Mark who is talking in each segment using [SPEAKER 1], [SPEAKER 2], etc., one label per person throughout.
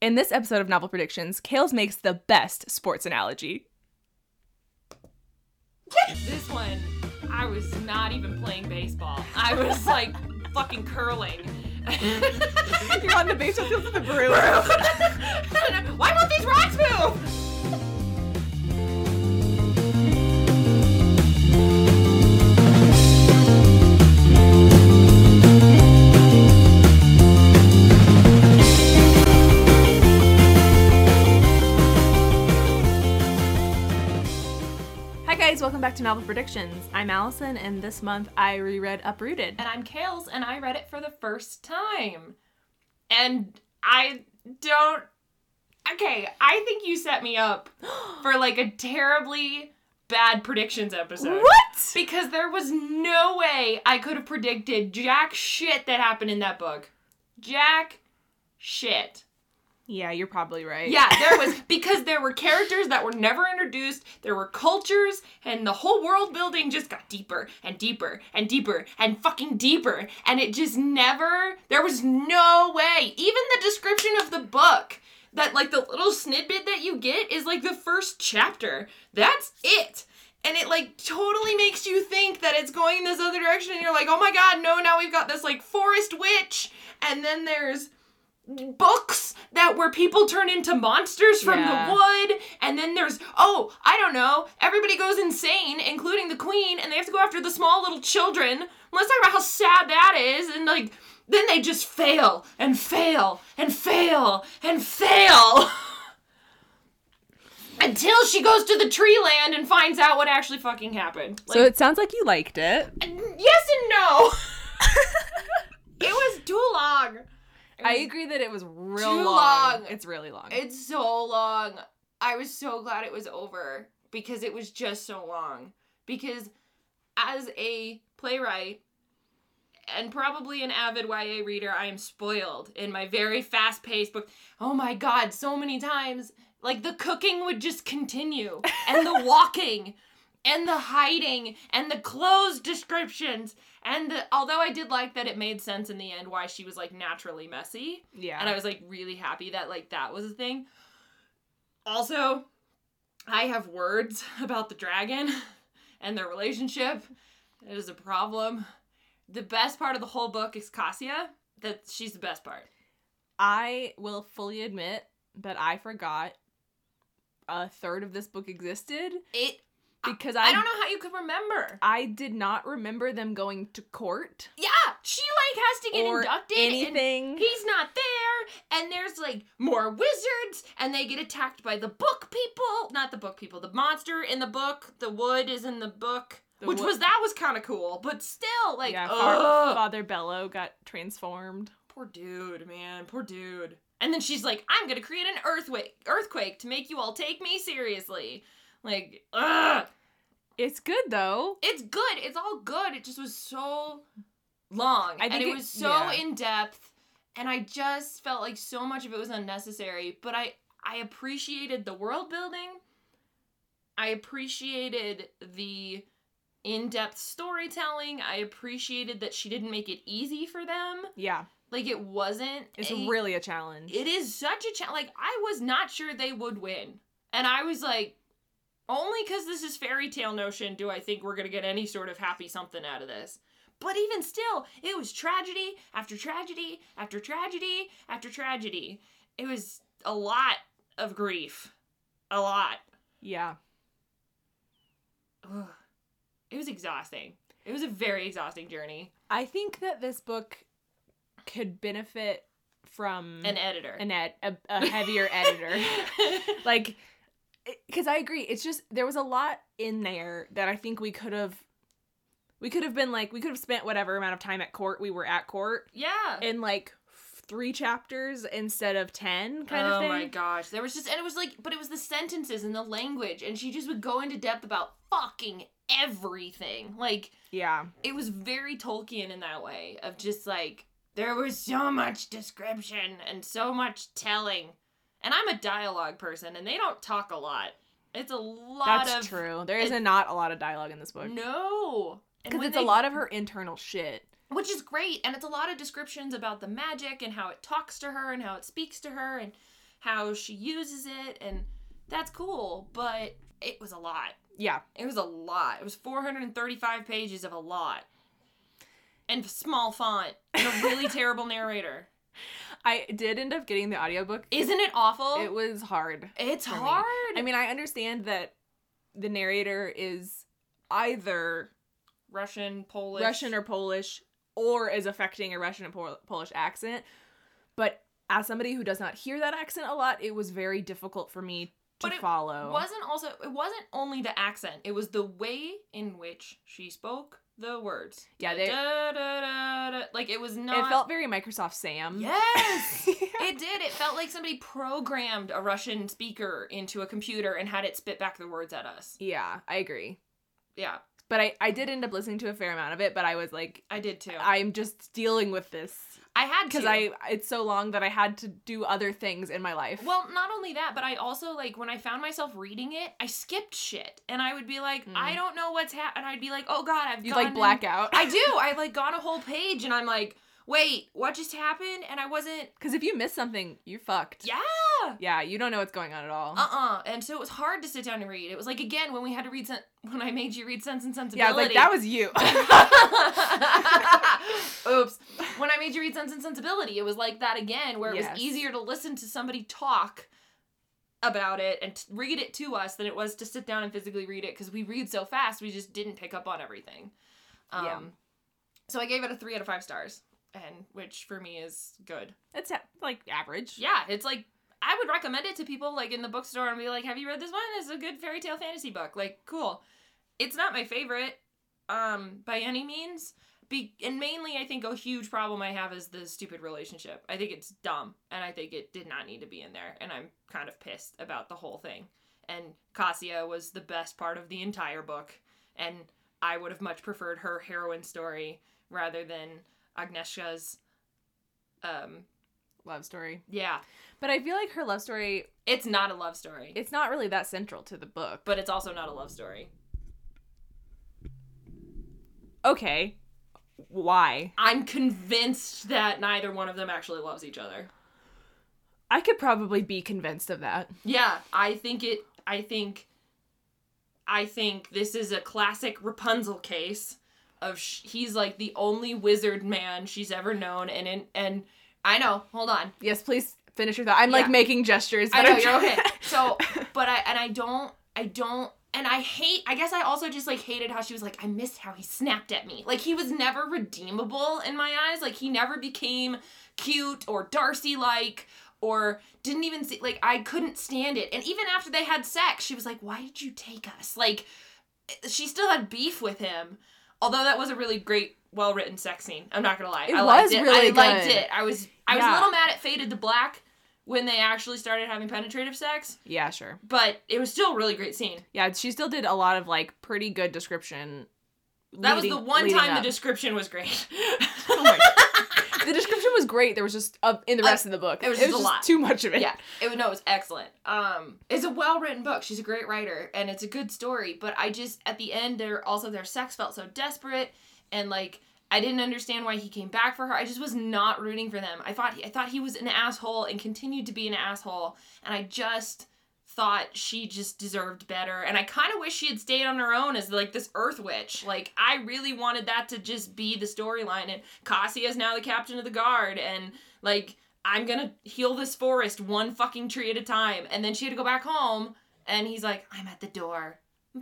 [SPEAKER 1] In this episode of Novel Predictions, Kales makes the best sports analogy.
[SPEAKER 2] This one, I was not even playing baseball. I was like fucking curling.
[SPEAKER 1] You're on the baseball field with the brew.
[SPEAKER 2] Why won't these rocks move?
[SPEAKER 1] Hi guys, welcome back to Novel Predictions. I'm Allison, and this month I reread Uprooted.
[SPEAKER 2] And I'm Kales, and I read it for the first time. And I don't. Okay, I think you set me up for like a terribly bad predictions episode.
[SPEAKER 1] What?
[SPEAKER 2] Because there was no way I could have predicted jack shit that happened in that book. Jack shit.
[SPEAKER 1] Yeah, you're probably right.
[SPEAKER 2] Yeah, there was because there were characters that were never introduced, there were cultures, and the whole world building just got deeper and deeper and deeper and fucking deeper. And it just never there was no way. Even the description of the book that like the little snippet that you get is like the first chapter. That's it. And it like totally makes you think that it's going this other direction, and you're like, oh my god, no, now we've got this like forest witch, and then there's books that where people turn into monsters from
[SPEAKER 1] Yeah.
[SPEAKER 2] the wood and then there's oh i don't know everybody goes insane including the queen and they have to go after the small little children let's talk about how sad that is and like then they just fail and fail and fail and fail until she goes to the tree land and finds out what actually fucking happened
[SPEAKER 1] So it sounds like you liked it.
[SPEAKER 2] yes and no it was too long
[SPEAKER 1] I agree that it was real
[SPEAKER 2] Too
[SPEAKER 1] long.
[SPEAKER 2] long.
[SPEAKER 1] It's really long.
[SPEAKER 2] It's so long. I was so glad it was over because it was just so long. Because as a playwright and probably an avid YA reader, I am spoiled in my very fast paced book. Oh my god, so many times. Like the cooking would just continue and the walking and the hiding and the clothes descriptions and the although I did like that it made sense in the end why she was like naturally messy
[SPEAKER 1] yeah.
[SPEAKER 2] and I was like really happy that like that was a thing. Also, I have words about the dragon and their relationship. It is a problem. The best part of the whole book is Cassia. That she's the best part.
[SPEAKER 1] I will fully admit that I forgot a third of this book existed
[SPEAKER 2] It.
[SPEAKER 1] because I
[SPEAKER 2] I don't know how you could remember.
[SPEAKER 1] I did not remember them going to court
[SPEAKER 2] Yeah, she like has to get
[SPEAKER 1] or
[SPEAKER 2] inducted. and
[SPEAKER 1] anything.
[SPEAKER 2] He's not there, and there's like more wizards, and they get attacked by the book people. Not the book people, the monster in the book. The wood is in the book,
[SPEAKER 1] The
[SPEAKER 2] which
[SPEAKER 1] wo-
[SPEAKER 2] was that was kind of cool, but still, like,
[SPEAKER 1] yeah, Fa-
[SPEAKER 2] ugh.
[SPEAKER 1] Father Bello got transformed.
[SPEAKER 2] poor dude, man, poor dude. And then she's like, "I'm gonna create an earthquake, earthquake to make you all take me seriously." Like, ugh.
[SPEAKER 1] It's good though.
[SPEAKER 2] it's good. It's all good. It just was so long.
[SPEAKER 1] I
[SPEAKER 2] and
[SPEAKER 1] think
[SPEAKER 2] it,
[SPEAKER 1] it-
[SPEAKER 2] was so
[SPEAKER 1] yeah.
[SPEAKER 2] in depth. And I just felt like so much of it was unnecessary. But I I appreciated the world building. I appreciated the in-depth storytelling. I appreciated that she didn't make it easy for them.
[SPEAKER 1] Yeah,
[SPEAKER 2] Like it wasn't
[SPEAKER 1] it's
[SPEAKER 2] a-
[SPEAKER 1] really a challenge.
[SPEAKER 2] it is such a challenge. Like I was not sure they would win, and I was like, only because this is fairy tale notion do I think we're gonna get any sort of happy something out of this. But even still, it was tragedy after tragedy after tragedy after tragedy. It was a lot of grief, a lot.
[SPEAKER 1] yeah.
[SPEAKER 2] Ugh. It was exhausting. It was a very exhausting journey.
[SPEAKER 1] I think that this book could benefit from
[SPEAKER 2] An editor.
[SPEAKER 1] Mm. an ed- a, a heavier editor. like because i agree it's just there was a lot in there that i think we could have we could have been like we could have spent whatever amount of time at court we were at court
[SPEAKER 2] yeah.
[SPEAKER 1] in like f- three chapters instead of 10 kind
[SPEAKER 2] oh
[SPEAKER 1] of thing
[SPEAKER 2] my gosh. There was just and it was like but it was the sentences and the language and she just would go into depth about fucking everything. Like
[SPEAKER 1] yeah
[SPEAKER 2] it was very Tolkien in that way of just like there was so much description and so much telling. And I'm a dialogue person and they don't talk a lot. It's a lot
[SPEAKER 1] that's
[SPEAKER 2] of
[SPEAKER 1] true there
[SPEAKER 2] it-
[SPEAKER 1] is a not a lot of dialogue in this book
[SPEAKER 2] No. And
[SPEAKER 1] because
[SPEAKER 2] when
[SPEAKER 1] it's a
[SPEAKER 2] they-
[SPEAKER 1] lot of her internal shit
[SPEAKER 2] which is great and it's a lot of descriptions about the magic and how it talks to her and how it speaks to her and how she uses it, and that's cool, but it was a lot.
[SPEAKER 1] Yeah.
[SPEAKER 2] It was a lot. It was 435 pages of a lot. And small font. And a really terrible narrator.
[SPEAKER 1] I did end up getting the audiobook.
[SPEAKER 2] Isn't it awful?
[SPEAKER 1] It was hard.
[SPEAKER 2] it's
[SPEAKER 1] for me.
[SPEAKER 2] hard.
[SPEAKER 1] I mean, I understand that the narrator is either
[SPEAKER 2] Russian, Polish.
[SPEAKER 1] Russian or Polish or is affecting a Russian and Pol- Polish accent, but as somebody who does not hear that accent a lot, it was very difficult for me to
[SPEAKER 2] But it
[SPEAKER 1] follow.
[SPEAKER 2] wasn't also it wasn't only the accent it was the way in which she spoke the words
[SPEAKER 1] Yeah, they-
[SPEAKER 2] Da, da, da, da. like it was not
[SPEAKER 1] it felt very Microsoft Sam.
[SPEAKER 2] yes Um, it did it felt like somebody programmed a russian speaker into a computer and had it spit back the words at us
[SPEAKER 1] Yeah, I agree.
[SPEAKER 2] yeah
[SPEAKER 1] But I, I did end up listening to a fair amount of it, but I was like,
[SPEAKER 2] i did too i,
[SPEAKER 1] I'm just dealing with this
[SPEAKER 2] had
[SPEAKER 1] because
[SPEAKER 2] to.
[SPEAKER 1] I it's so long that I had to do other things in my life.
[SPEAKER 2] Well, not only that, but I also like when I found myself reading it, I skipped shit, and I would be like,
[SPEAKER 1] Mm.
[SPEAKER 2] I don't know what's happened. I'd be like, Oh God, I've
[SPEAKER 1] you
[SPEAKER 2] gone
[SPEAKER 1] like
[SPEAKER 2] in-
[SPEAKER 1] black out
[SPEAKER 2] I do. I've like gone a whole page and I'm like, wait, what just happened? And I wasn't.
[SPEAKER 1] because if you miss something, you're fucked.
[SPEAKER 2] Yeah.
[SPEAKER 1] Yeah, you don't know what's going on at all.
[SPEAKER 2] Uh uh And so it was hard to sit down and read. It was like again when we had to read sen- when I made you read Sense and Sensibility.
[SPEAKER 1] yeah, I was like that was you.
[SPEAKER 2] Oops. When I made you read Sense and Sensibility, it was like that again, where it
[SPEAKER 1] Yes.
[SPEAKER 2] was easier to listen to somebody talk about it and t- read it to us than it was to sit down and physically read it because we read so fast, we just didn't pick up on everything. Um,
[SPEAKER 1] Yeah.
[SPEAKER 2] So I gave it a three out of five stars, and which for me is good.
[SPEAKER 1] That's ha- like average.
[SPEAKER 2] Yeah, it's like I would recommend it to people like in the bookstore and be like, "Have you read this one? It's a good fairy tale fantasy book. Like, cool." It's not my favorite, um, by any means. Be- and mainly, I think a huge problem I have is the stupid relationship. I think it's dumb, and I think it did not need to be in there. And I'm kind of pissed about the whole thing. And Cassia was the best part of the entire book, and I would have much preferred her heroine story rather than Agnieszka's. Um,
[SPEAKER 1] Love story.
[SPEAKER 2] yeah,
[SPEAKER 1] But I feel like her love story
[SPEAKER 2] it's not a love story.
[SPEAKER 1] it's not really that central to the book.
[SPEAKER 2] but it's also not a love story.
[SPEAKER 1] Okay. Why?
[SPEAKER 2] I'm convinced that neither one of them actually loves each other.
[SPEAKER 1] I could probably be convinced of that.
[SPEAKER 2] Yeah, I think it I think I think this is a classic Rapunzel case of sh- he's like the only wizard man she's ever known and in, and I know, hold on.
[SPEAKER 1] Yes, please finish your thought. I'm like
[SPEAKER 2] Yeah.
[SPEAKER 1] making gestures. but
[SPEAKER 2] I know
[SPEAKER 1] I'm
[SPEAKER 2] you're okay.
[SPEAKER 1] trying-
[SPEAKER 2] So, but I and I don't, I don't, and I hate. I guess I also just like hated how she was like, I missed how he snapped at me. Like he was never redeemable in my eyes. Like he never became cute or Darcy like or didn't even see. Like I couldn't stand it. And even after they had sex, she was like, Why did you take us? Like eh, she still had beef with him. Although that was a really great, well written sex scene. I'm not gonna lie.
[SPEAKER 1] It
[SPEAKER 2] I
[SPEAKER 1] was
[SPEAKER 2] liked it.
[SPEAKER 1] really
[SPEAKER 2] I liked
[SPEAKER 1] good.
[SPEAKER 2] it. I was I was
[SPEAKER 1] Yeah.
[SPEAKER 2] a little mad at Faded to Black when they actually started having penetrative sex,
[SPEAKER 1] yeah, sure.
[SPEAKER 2] but it was still a really great scene.
[SPEAKER 1] Yeah, she still did a lot of like pretty good description.
[SPEAKER 2] That was
[SPEAKER 1] leading-
[SPEAKER 2] the one
[SPEAKER 1] leading
[SPEAKER 2] time
[SPEAKER 1] up.
[SPEAKER 2] the description was great.
[SPEAKER 1] Oh my- the description was great. There was just uh, in the
[SPEAKER 2] Uh,
[SPEAKER 1] rest of the book.
[SPEAKER 2] it was just a lot.
[SPEAKER 1] too much of it.
[SPEAKER 2] yeah, it was no, it was excellent. Um, it's a well written book. She's a great writer, and it's a good story. But I just at the end, their also their sex felt so desperate, and like I didn't understand why he came back for her. I just was not rooting for them. I thought he, I thought he was an asshole and continued to be an asshole, and I just thought she just deserved better. And I kind of wish she had stayed on her own as like this Earth Witch. Like I really wanted that to just be the storyline. And Cassia is now the captain of the guard, and like I'm gonna heal this forest one fucking tree at a time. And then she had to go back home, and he's like, I'm at the door.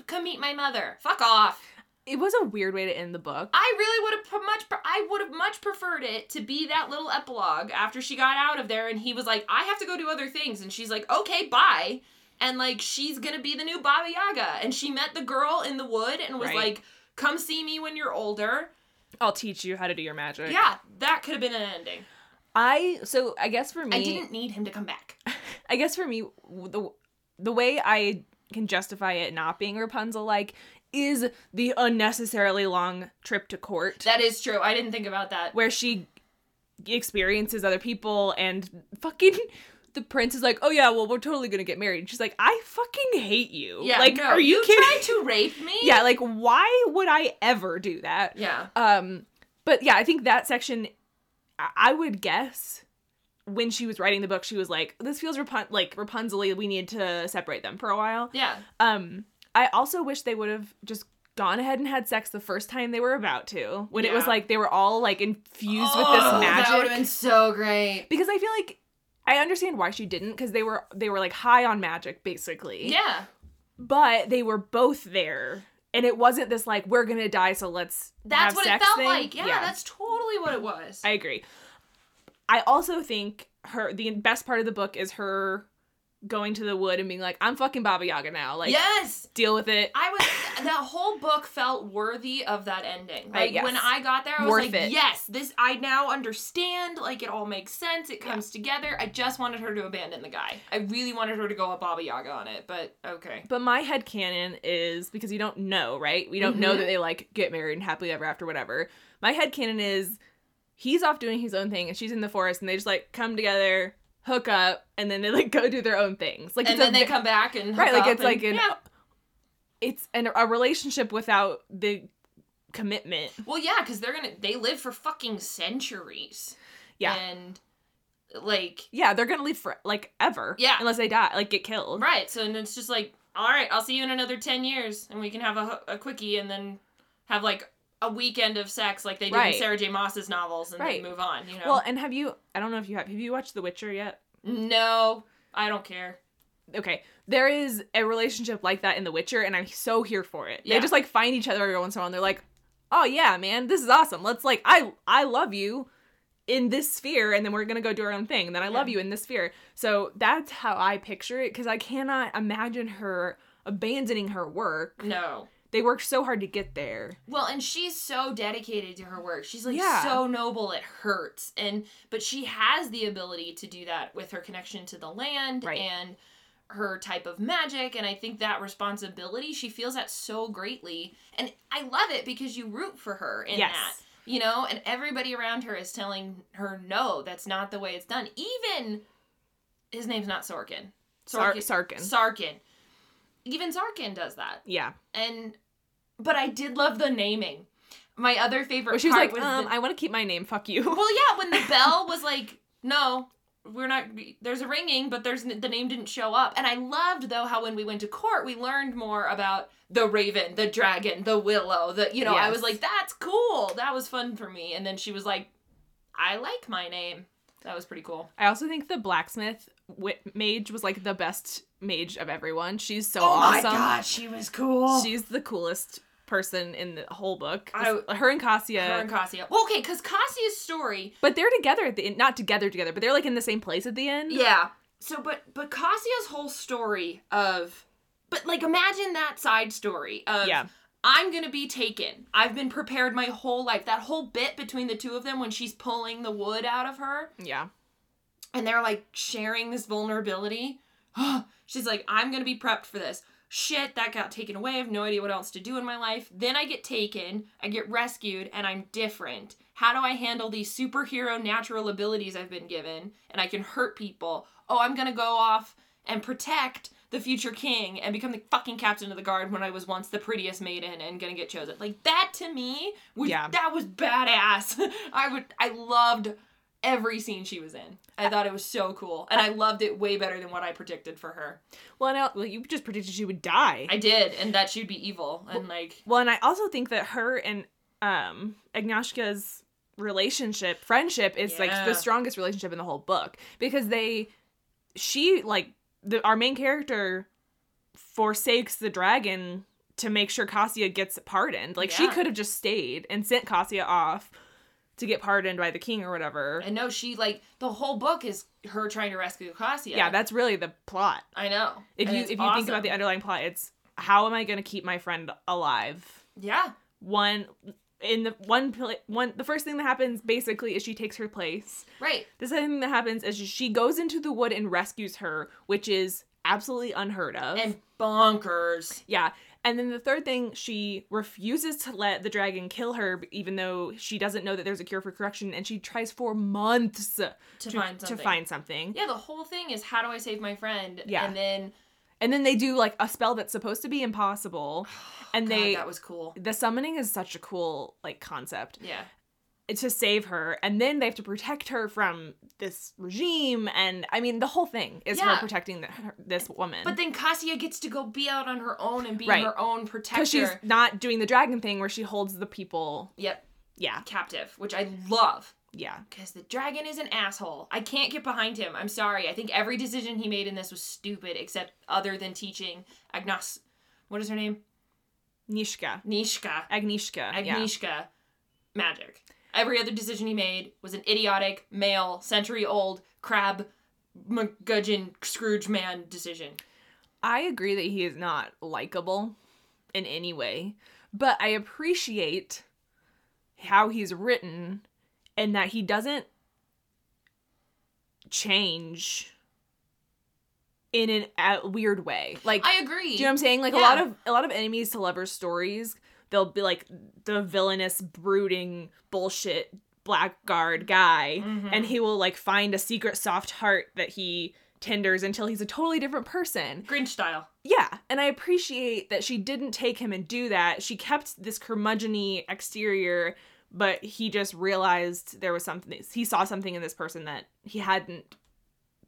[SPEAKER 2] Come meet my mother. Fuck off.
[SPEAKER 1] It was a weird way to end the book.
[SPEAKER 2] I really would have pre- much. Pre- I would have much preferred it to be that little epilogue after she got out of there, and he was like, "I have to go do other things," and she's like, "Okay, bye." And like, she's gonna be the new Baba Yaga, and she met the girl in the wood and was
[SPEAKER 1] Right.
[SPEAKER 2] like, "Come see me when you're older."
[SPEAKER 1] I'll teach you how to do your magic.
[SPEAKER 2] Yeah, that could have been an ending.
[SPEAKER 1] I so I guess for me
[SPEAKER 2] I didn't need him to come back.
[SPEAKER 1] I guess for me, w- the the way I can justify it not being Rapunzel like is the unnecessarily long trip to court
[SPEAKER 2] That is true. I didn't think about that.
[SPEAKER 1] where she experiences other people and fucking the prince is like, oh yeah, well we're totally gonna get married. And she's like, I fucking hate you.
[SPEAKER 2] Yeah,
[SPEAKER 1] like,
[SPEAKER 2] no,
[SPEAKER 1] are you,
[SPEAKER 2] you
[SPEAKER 1] kidding?
[SPEAKER 2] tried to rape me?
[SPEAKER 1] yeah, like why would I ever do that?
[SPEAKER 2] Yeah.
[SPEAKER 1] Um, but yeah, I think that section, I, I would guess, when she was writing the book, she was like, "This feels Rapun- like Rapunzel-y. We need to separate them for a while."
[SPEAKER 2] Yeah.
[SPEAKER 1] Um, I also wish they would have just gone ahead and had sex the first time they were about to, when it was
[SPEAKER 2] Yeah.
[SPEAKER 1] like they were all like infused
[SPEAKER 2] Oh,
[SPEAKER 1] with this
[SPEAKER 2] that
[SPEAKER 1] magic.
[SPEAKER 3] That would have been so great.
[SPEAKER 1] because I feel like I understand why she didn't, because they were they were like high on magic basically.
[SPEAKER 2] Yeah.
[SPEAKER 1] But they were both there, and it wasn't this like we're gonna die, so let's
[SPEAKER 2] That's
[SPEAKER 1] have
[SPEAKER 2] what it
[SPEAKER 1] sex
[SPEAKER 2] felt
[SPEAKER 1] thing.
[SPEAKER 2] like. Yeah, that's totally what it was.
[SPEAKER 1] I agree. I also think her the best part of the book is her going to the wood and being like, "I'm fucking Baba Yaga now. Like,
[SPEAKER 2] yes.
[SPEAKER 1] deal with it."
[SPEAKER 2] I was that whole book felt worthy of that ending.
[SPEAKER 1] I-
[SPEAKER 2] Like
[SPEAKER 1] Uh, yes.
[SPEAKER 2] when I got there, I was
[SPEAKER 1] Worth
[SPEAKER 2] like,
[SPEAKER 1] it.
[SPEAKER 2] yes, this I now understand. Like it all makes sense. It comes together. I just wanted her to abandon the guy. I really wanted her to go a Baba Yaga on it, but okay.
[SPEAKER 1] But my head canon is because you don't know, right? We don't know
[SPEAKER 2] Mhm.
[SPEAKER 1] that they like get married and happily ever after, whatever. My head canon is he's off doing his own thing and she's in the forest and they just like come together, hook up, and then they like go do their own things. Like
[SPEAKER 2] and
[SPEAKER 1] it's a,
[SPEAKER 2] then they
[SPEAKER 1] ve-
[SPEAKER 2] come back and
[SPEAKER 1] right,
[SPEAKER 2] hook
[SPEAKER 1] like
[SPEAKER 2] up
[SPEAKER 1] it's
[SPEAKER 2] and-
[SPEAKER 1] like an
[SPEAKER 2] yeah.
[SPEAKER 1] it's an, a relationship without the commitment.
[SPEAKER 2] Well, yeah, because they're gonna they live for fucking centuries.
[SPEAKER 1] Yeah.
[SPEAKER 2] And like
[SPEAKER 1] Yeah, they're gonna live for like ever.
[SPEAKER 2] Yeah.
[SPEAKER 1] unless they die, like get killed.
[SPEAKER 2] right, so and it's just like, all right, I'll see you in another ten years, and we can have a, ho- a quickie, and then have like a weekend of sex, like they do
[SPEAKER 1] Right.
[SPEAKER 2] in Sarah J. Moss's novels, and
[SPEAKER 1] Right.
[SPEAKER 2] then move on. You know.
[SPEAKER 1] Well, and have you? I don't know if you have. Have you watched The Witcher yet?
[SPEAKER 2] no, I don't care.
[SPEAKER 1] okay, there is a relationship like that in The Witcher, and I'm so here for it.
[SPEAKER 2] Yeah.
[SPEAKER 1] They just like find each other every once in a while, and they're like, "Oh yeah, man, this is awesome. Let's like, I I love you in this sphere, and then we're gonna go do our own thing. And then I love
[SPEAKER 2] Yeah.
[SPEAKER 1] you in this sphere. So that's how I picture it, because I cannot imagine her abandoning her work.
[SPEAKER 2] No.
[SPEAKER 1] They worked so hard to get there.
[SPEAKER 2] Well, and she's so dedicated to her work. She's like
[SPEAKER 1] Yeah.
[SPEAKER 2] so noble it hurts. And but she has the ability to do that with her connection to the land
[SPEAKER 1] Right.
[SPEAKER 2] and her type of magic and I think that responsibility she feels that so greatly. And I love it because you root for her in
[SPEAKER 1] Yes.
[SPEAKER 2] that. You know, and everybody around her is telling her no, that's not the way it's done. Even his name's not Sorkin.
[SPEAKER 1] Sar-
[SPEAKER 2] Sorkin.
[SPEAKER 1] Sarkin.
[SPEAKER 2] Sarkin. Even Sarkin does that
[SPEAKER 1] yeah.
[SPEAKER 2] and but I did love the naming. My other favorite
[SPEAKER 1] Well, she was
[SPEAKER 2] part
[SPEAKER 1] like,
[SPEAKER 2] was
[SPEAKER 1] um,
[SPEAKER 2] the-
[SPEAKER 1] I want to keep my name. Fuck you.
[SPEAKER 2] well, yeah, when the bell was like, no, we're not. There's a ringing, but there's n- the name didn't show up. And I loved though how when we went to court, we learned more about the raven, the dragon, the willow. The you know, I was
[SPEAKER 1] Yes.
[SPEAKER 2] like, that's cool. That was fun for me. And then she was like, I like my name. That was pretty cool.
[SPEAKER 1] I also think the blacksmith wi- mage was like the best mage of everyone. She's so
[SPEAKER 2] oh my
[SPEAKER 1] awesome.
[SPEAKER 2] god, she was cool.
[SPEAKER 1] She's the coolest person in the whole book.
[SPEAKER 2] I-
[SPEAKER 1] her and Cassia.
[SPEAKER 2] her and Cassia. Well, okay, because Cassia's story
[SPEAKER 1] but they're together at the end. Not together, together, but they're like in the same place at the end.
[SPEAKER 2] Yeah. So, but but Cassia's whole story of, but like imagine that side story of.
[SPEAKER 1] Yeah.
[SPEAKER 2] I'm gonna be taken. I've been prepared my whole life. That whole bit between the two of them when she's pulling the wood out of her
[SPEAKER 1] Yeah.
[SPEAKER 2] and they're like sharing this vulnerability. She's like, I'm gonna be prepped for this. Shit, that got taken away. I have no idea what else to do in my life. Then I get taken, I get rescued, and I'm different. How do I handle these superhero natural abilities I've been given? And I can hurt people. Oh, I'm gonna go off and protect the future king and become the fucking captain of the guard when I was once the prettiest maiden and gonna get chosen. Like that to me was
[SPEAKER 1] Yeah.
[SPEAKER 2] that was badass. I would I loved every scene she was in. I thought it was so cool, and I loved it way better than what I predicted for her.
[SPEAKER 1] Well, and I, well, you just predicted she would die.
[SPEAKER 2] I did, and that she'd be evil, and like,
[SPEAKER 1] well, and I also think that her and um Agnieszka's relationship, friendship, is like
[SPEAKER 2] Yeah.
[SPEAKER 1] the strongest relationship in the whole book because they, she like the our main character forsakes the dragon to make sure Cassia gets pardoned. Like she
[SPEAKER 2] Yeah.
[SPEAKER 1] could have just stayed and sent Cassia off to get pardoned by the king or whatever.
[SPEAKER 2] I know she like the whole book is her trying to rescue Cassia.
[SPEAKER 1] yeah. that's really the plot.
[SPEAKER 2] I know.
[SPEAKER 1] If
[SPEAKER 2] and
[SPEAKER 1] you
[SPEAKER 2] it's
[SPEAKER 1] if you think about the
[SPEAKER 2] awesome.
[SPEAKER 1] underlying plot, it's how am I going to keep my friend alive?
[SPEAKER 2] yeah,
[SPEAKER 1] one in the one pla- one the first thing that happens basically is she takes her place.
[SPEAKER 2] right,
[SPEAKER 1] The second thing that happens is she goes into the wood and rescues her, which is absolutely unheard of.
[SPEAKER 2] and bonkers.
[SPEAKER 1] yeah. And then the third thing, she refuses to let the dragon kill her, even though she doesn't know that there's a cure for corruption, and she tries for months to,
[SPEAKER 2] To find something.
[SPEAKER 1] find something.
[SPEAKER 2] Yeah, the whole thing is how do I save my friend?
[SPEAKER 1] Yeah.
[SPEAKER 2] and then
[SPEAKER 1] And then they do like a spell that's supposed to be impossible, and
[SPEAKER 2] God,
[SPEAKER 1] they
[SPEAKER 2] that was cool.
[SPEAKER 1] the summoning is such a cool like concept.
[SPEAKER 2] Yeah,
[SPEAKER 1] to save her, and then they have to protect her from this regime, and I mean the whole thing is
[SPEAKER 2] Yeah.
[SPEAKER 1] her protecting the, her, this woman.
[SPEAKER 2] But then Cassia gets to go be out on her own and be
[SPEAKER 1] Right.
[SPEAKER 2] her own protector.
[SPEAKER 1] because she's not doing the dragon thing where she holds the people.
[SPEAKER 2] yep,
[SPEAKER 1] Yeah,
[SPEAKER 2] captive, which I love.
[SPEAKER 1] yeah.
[SPEAKER 2] Because the dragon is an asshole. I can't get behind him. I'm sorry. I think every decision he made in this was stupid, except other than teaching Agnes. What is her name?
[SPEAKER 1] Nishka,
[SPEAKER 2] Nishka.
[SPEAKER 1] Agnishka. Yeah.
[SPEAKER 2] Agnieszka magic. Every other decision he made was an idiotic, male, century old, crab, McGudgeon, Scrooge man decision.
[SPEAKER 1] I agree that he is not likable in any way, but I appreciate how he's written and that he doesn't change in an, a weird way. Like
[SPEAKER 2] I agree.
[SPEAKER 1] do you know what I'm saying? Like a lot
[SPEAKER 2] Yeah.
[SPEAKER 1] of a lot of enemies to lovers stories, they'll be like the villainous, brooding, bullshit blackguard guy,
[SPEAKER 2] Mhm.
[SPEAKER 1] and he will like find a secret soft heart that he tenders until he's a totally different person.
[SPEAKER 2] Grinch style.
[SPEAKER 1] Yeah, and I appreciate that she didn't take him and do that. She kept this curmudgeony exterior, but he just realized there was something. He saw something in this person that he hadn't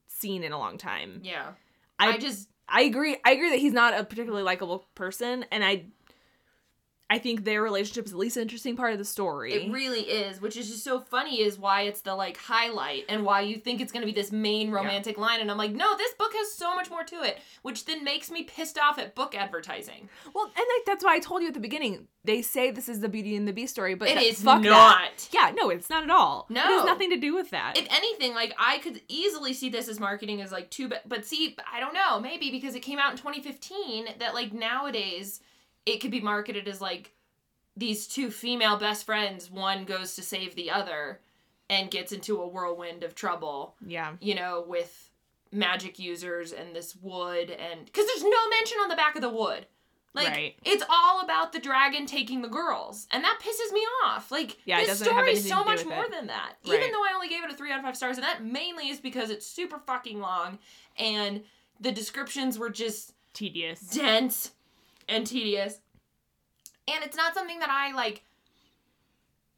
[SPEAKER 1] seen in a long time.
[SPEAKER 2] Yeah. I,
[SPEAKER 1] I-
[SPEAKER 2] just
[SPEAKER 1] I agree. I agree that he's not a particularly likable person, and I, I think their relationship is the least interesting part of the story.
[SPEAKER 2] it really is, which is just so funny is why it's the like highlight and why you think it's gonna be this main romantic line and I'm like, no, this book has so much more to it, which then makes me pissed off at book advertising.
[SPEAKER 1] well, and like that's why I told you at the beginning. They say this is the Beauty and the Beast story, but
[SPEAKER 2] it
[SPEAKER 1] that-
[SPEAKER 2] is
[SPEAKER 1] fuck
[SPEAKER 2] not.
[SPEAKER 1] that. Yeah, no, it's not at all. it
[SPEAKER 2] No.
[SPEAKER 1] has nothing to do with that.
[SPEAKER 2] if anything, like I could easily see this as marketing as like two, but but see, I don't know, maybe because it came out in 2015 that like nowadays it could be marketed as like these two female best friends, one goes to save the other and gets into a whirlwind of trouble,
[SPEAKER 1] yeah,
[SPEAKER 2] you know, with magic users and this wood and cuz there's no mention on the back of the wood. Like
[SPEAKER 1] Right.
[SPEAKER 2] it's all about the dragon taking the girls, and that pisses me off. Like
[SPEAKER 1] Yeah, it
[SPEAKER 2] this
[SPEAKER 1] doesn't have
[SPEAKER 2] story is
[SPEAKER 1] anything to
[SPEAKER 2] so
[SPEAKER 1] do
[SPEAKER 2] much
[SPEAKER 1] with
[SPEAKER 2] more
[SPEAKER 1] it.
[SPEAKER 2] than that.
[SPEAKER 1] Right.
[SPEAKER 2] Even though I only gave it a three out of five stars, and that mainly is because it's super fucking long, and the descriptions were just
[SPEAKER 1] tedious.
[SPEAKER 2] dense and tedious. And it's not something that I like.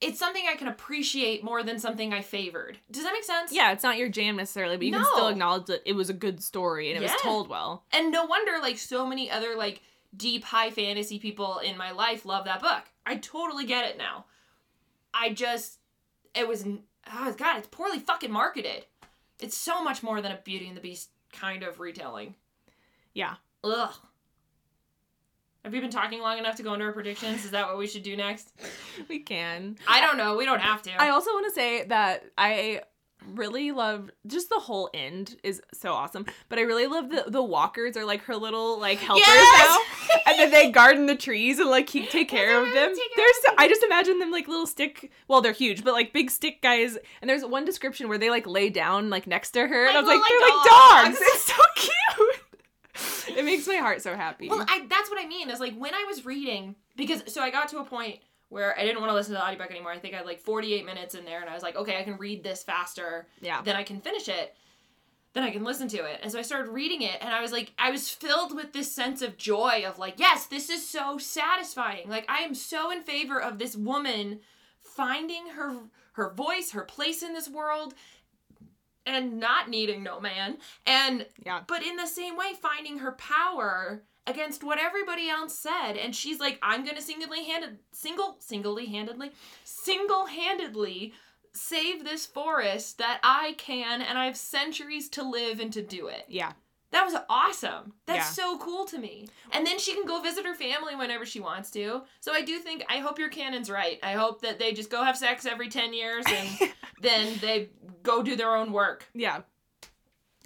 [SPEAKER 2] It's something I can appreciate more than something I favored. Does that make sense?
[SPEAKER 1] Yeah, it's not your jam necessarily, but you can
[SPEAKER 2] No.
[SPEAKER 1] still acknowledge that it was a good story and it
[SPEAKER 2] Yeah.
[SPEAKER 1] was told well.
[SPEAKER 2] And no wonder, like, so many other, like, deep high fantasy people in my life love that book. I totally get it now. I just, it was, oh, God, it's poorly fucking marketed. It's so much more than a Beauty and the Beast kind of retelling.
[SPEAKER 1] Yeah.
[SPEAKER 2] Ugh. Have we been talking long enough to go into our predictions? Is that what we should do next?
[SPEAKER 1] We can.
[SPEAKER 2] I don't know. We don't have to.
[SPEAKER 1] I also want to say that I really love just the whole end is so awesome. But I really love the the walkers are like her little like helpers
[SPEAKER 2] Yes!
[SPEAKER 1] now, and then they garden the trees and like keep take
[SPEAKER 2] Yes,
[SPEAKER 1] care
[SPEAKER 2] I
[SPEAKER 1] of
[SPEAKER 2] really
[SPEAKER 1] them.
[SPEAKER 2] take care
[SPEAKER 1] There's
[SPEAKER 2] of
[SPEAKER 1] so, I just imagine them like little stick. Well, they're huge, but like big stick guys. And there's one description where they like lay down like next to her,
[SPEAKER 2] Like
[SPEAKER 1] and I was
[SPEAKER 2] little,
[SPEAKER 1] like,
[SPEAKER 2] like,
[SPEAKER 1] they're like
[SPEAKER 2] dogs."
[SPEAKER 1] dogs. It's so cute. it makes my heart so happy.
[SPEAKER 2] Well, I, that's what I mean. Is like when I was reading because so I got to a point where I didn't want to listen to the audiobook anymore. I think I had like 48 minutes in there, and I was like, okay, I can read this faster.
[SPEAKER 1] yeah.
[SPEAKER 2] Then I can finish it. Then I can listen to it. And so I started reading it, and I was like, I was filled with this sense of joy of like, yes, this is so satisfying. Like I am so in favor of this woman finding her her voice, her place in this world, and not needing no man. And
[SPEAKER 1] Yeah.
[SPEAKER 2] but in the same way, finding her power against what everybody else said, and she's like, I'm gonna singly handed single singly handedly single handedly save this forest that I can and I have centuries to live and to do it.
[SPEAKER 1] Yeah.
[SPEAKER 2] That was awesome. That's
[SPEAKER 1] Yeah.
[SPEAKER 2] so cool to me. And then she can go visit her family whenever she wants to. So I do think I hope your canon's right. I hope that they just go have sex every 10 years and then they go do their own work.
[SPEAKER 1] Yeah.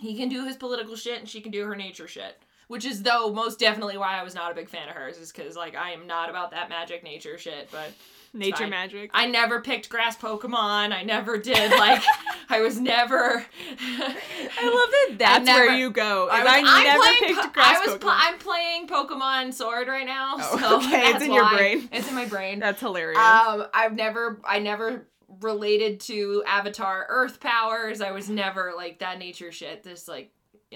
[SPEAKER 2] He can do his political shit and she can do her nature shit. Which is though most definitely why I was not a big fan of hers is cuz like I am not about that magic nature shit, but
[SPEAKER 1] Nature
[SPEAKER 2] fine.
[SPEAKER 1] magic.
[SPEAKER 2] I never picked grass Pokemon. I never did like I was never.
[SPEAKER 1] I love that. That's
[SPEAKER 2] never-
[SPEAKER 1] where you go. is I,
[SPEAKER 2] was- I'm
[SPEAKER 1] never
[SPEAKER 2] playing
[SPEAKER 1] picked
[SPEAKER 2] po-
[SPEAKER 1] grass.
[SPEAKER 2] I was. pl-
[SPEAKER 1] Pokemon.
[SPEAKER 2] I'm playing Pokemon Sword right now.
[SPEAKER 1] Oh,
[SPEAKER 2] so
[SPEAKER 1] okay, it's
[SPEAKER 2] that's
[SPEAKER 1] in your
[SPEAKER 2] why.
[SPEAKER 1] brain.
[SPEAKER 2] It's in my brain.
[SPEAKER 1] That's hilarious.
[SPEAKER 2] Um, I've never. I never related to Avatar Earth powers. I was never like that nature shit. This like,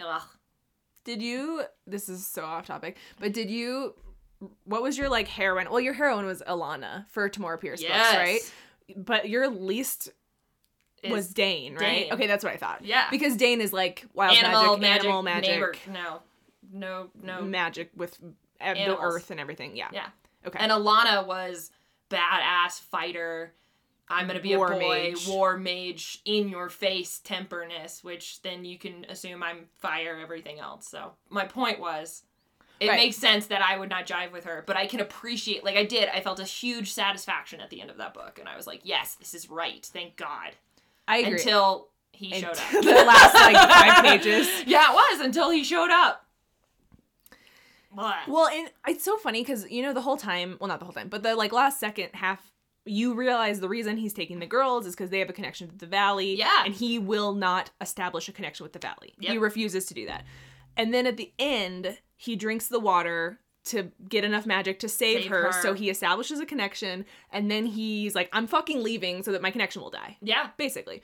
[SPEAKER 2] ugh.
[SPEAKER 1] Did you? This is so off topic, but did you? What was your like heroine? Well, your heroine was Alana for Tamora Pierce books, right? but your least
[SPEAKER 2] Is-
[SPEAKER 1] was Dane, right?
[SPEAKER 2] Dane.
[SPEAKER 1] Okay, that's what I thought.
[SPEAKER 2] yeah.
[SPEAKER 1] Because Dane is like wild
[SPEAKER 2] animal
[SPEAKER 1] magic,
[SPEAKER 2] magic,
[SPEAKER 1] animal magic,
[SPEAKER 2] neighbor. No, no, no.
[SPEAKER 1] magic with uh, the
[SPEAKER 2] Animals.
[SPEAKER 1] earth and everything. Yeah.
[SPEAKER 2] Yeah.
[SPEAKER 1] Okay.
[SPEAKER 2] And Alana was badass fighter. I'm gonna be
[SPEAKER 1] War
[SPEAKER 2] a boy,
[SPEAKER 1] mage.
[SPEAKER 2] war mage, in your face temperness, which then you can assume I'm fire, everything else. So my point was, it
[SPEAKER 1] Right.
[SPEAKER 2] makes sense that I would not jive with her, but I can appreciate, like I did. I felt a huge satisfaction at the end of that book, and I was like, yes, this is right. Thank God.
[SPEAKER 1] I agree.
[SPEAKER 2] Until he showed
[SPEAKER 1] Until
[SPEAKER 2] up.
[SPEAKER 1] the last, like, five pages.
[SPEAKER 2] Yeah, it was until he showed up. Blah.
[SPEAKER 1] well, and it's so funny because you know the whole time, well, not the whole time, but the like last second half, you realize the reason he's taking the girls is because they have a connection to the valley.
[SPEAKER 2] Yeah.
[SPEAKER 1] and he will not establish a connection with the valley. He
[SPEAKER 2] Yep.
[SPEAKER 1] refuses to do that. And then at the end, he drinks the water to get enough magic to save,
[SPEAKER 2] Save
[SPEAKER 1] her,
[SPEAKER 2] her.
[SPEAKER 1] So he establishes a connection, and then he's like, "I'm fucking leaving so that my connection will die."
[SPEAKER 2] Yeah.
[SPEAKER 1] basically.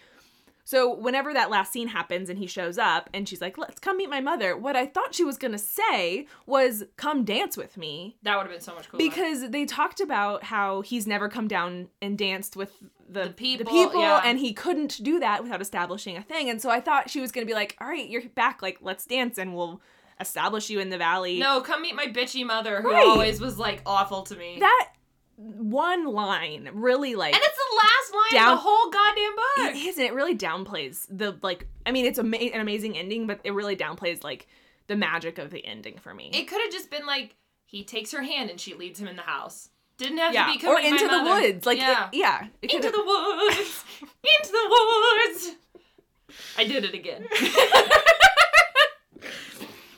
[SPEAKER 1] So whenever that last scene happens and he shows up and she's like, "Let's come meet my mother." What I thought she was going to say was, "Come dance with me."
[SPEAKER 2] That would have been so much cooler.
[SPEAKER 1] Because they talked about how he's never come down and danced with the,
[SPEAKER 2] The people,
[SPEAKER 1] people,
[SPEAKER 2] yeah.
[SPEAKER 1] and he couldn't do that without establishing a thing. And so I thought she was going to be like, "All right, you're back. Like, let's dance and we'll establish you in the valley."
[SPEAKER 2] No, come meet my bitchy mother who
[SPEAKER 1] Right.
[SPEAKER 2] always was like awful to me.
[SPEAKER 1] That one line really like
[SPEAKER 2] and it's the last line
[SPEAKER 1] Down-
[SPEAKER 2] of the whole goddamn
[SPEAKER 1] It
[SPEAKER 2] book.
[SPEAKER 1] is, and it really downplays the like. I mean, it's ama- an amazing ending, but it really downplays like the magic of the ending for me.
[SPEAKER 2] It could have just been like he takes her hand and she leads him in the house. Didn't have
[SPEAKER 1] yeah,
[SPEAKER 2] to be
[SPEAKER 1] or
[SPEAKER 2] coming
[SPEAKER 1] into
[SPEAKER 2] my
[SPEAKER 1] the
[SPEAKER 2] mother.
[SPEAKER 1] woods, like it-
[SPEAKER 2] yeah,
[SPEAKER 1] yeah, It
[SPEAKER 2] into
[SPEAKER 1] could've-
[SPEAKER 2] the woods, into the woods. I did it again.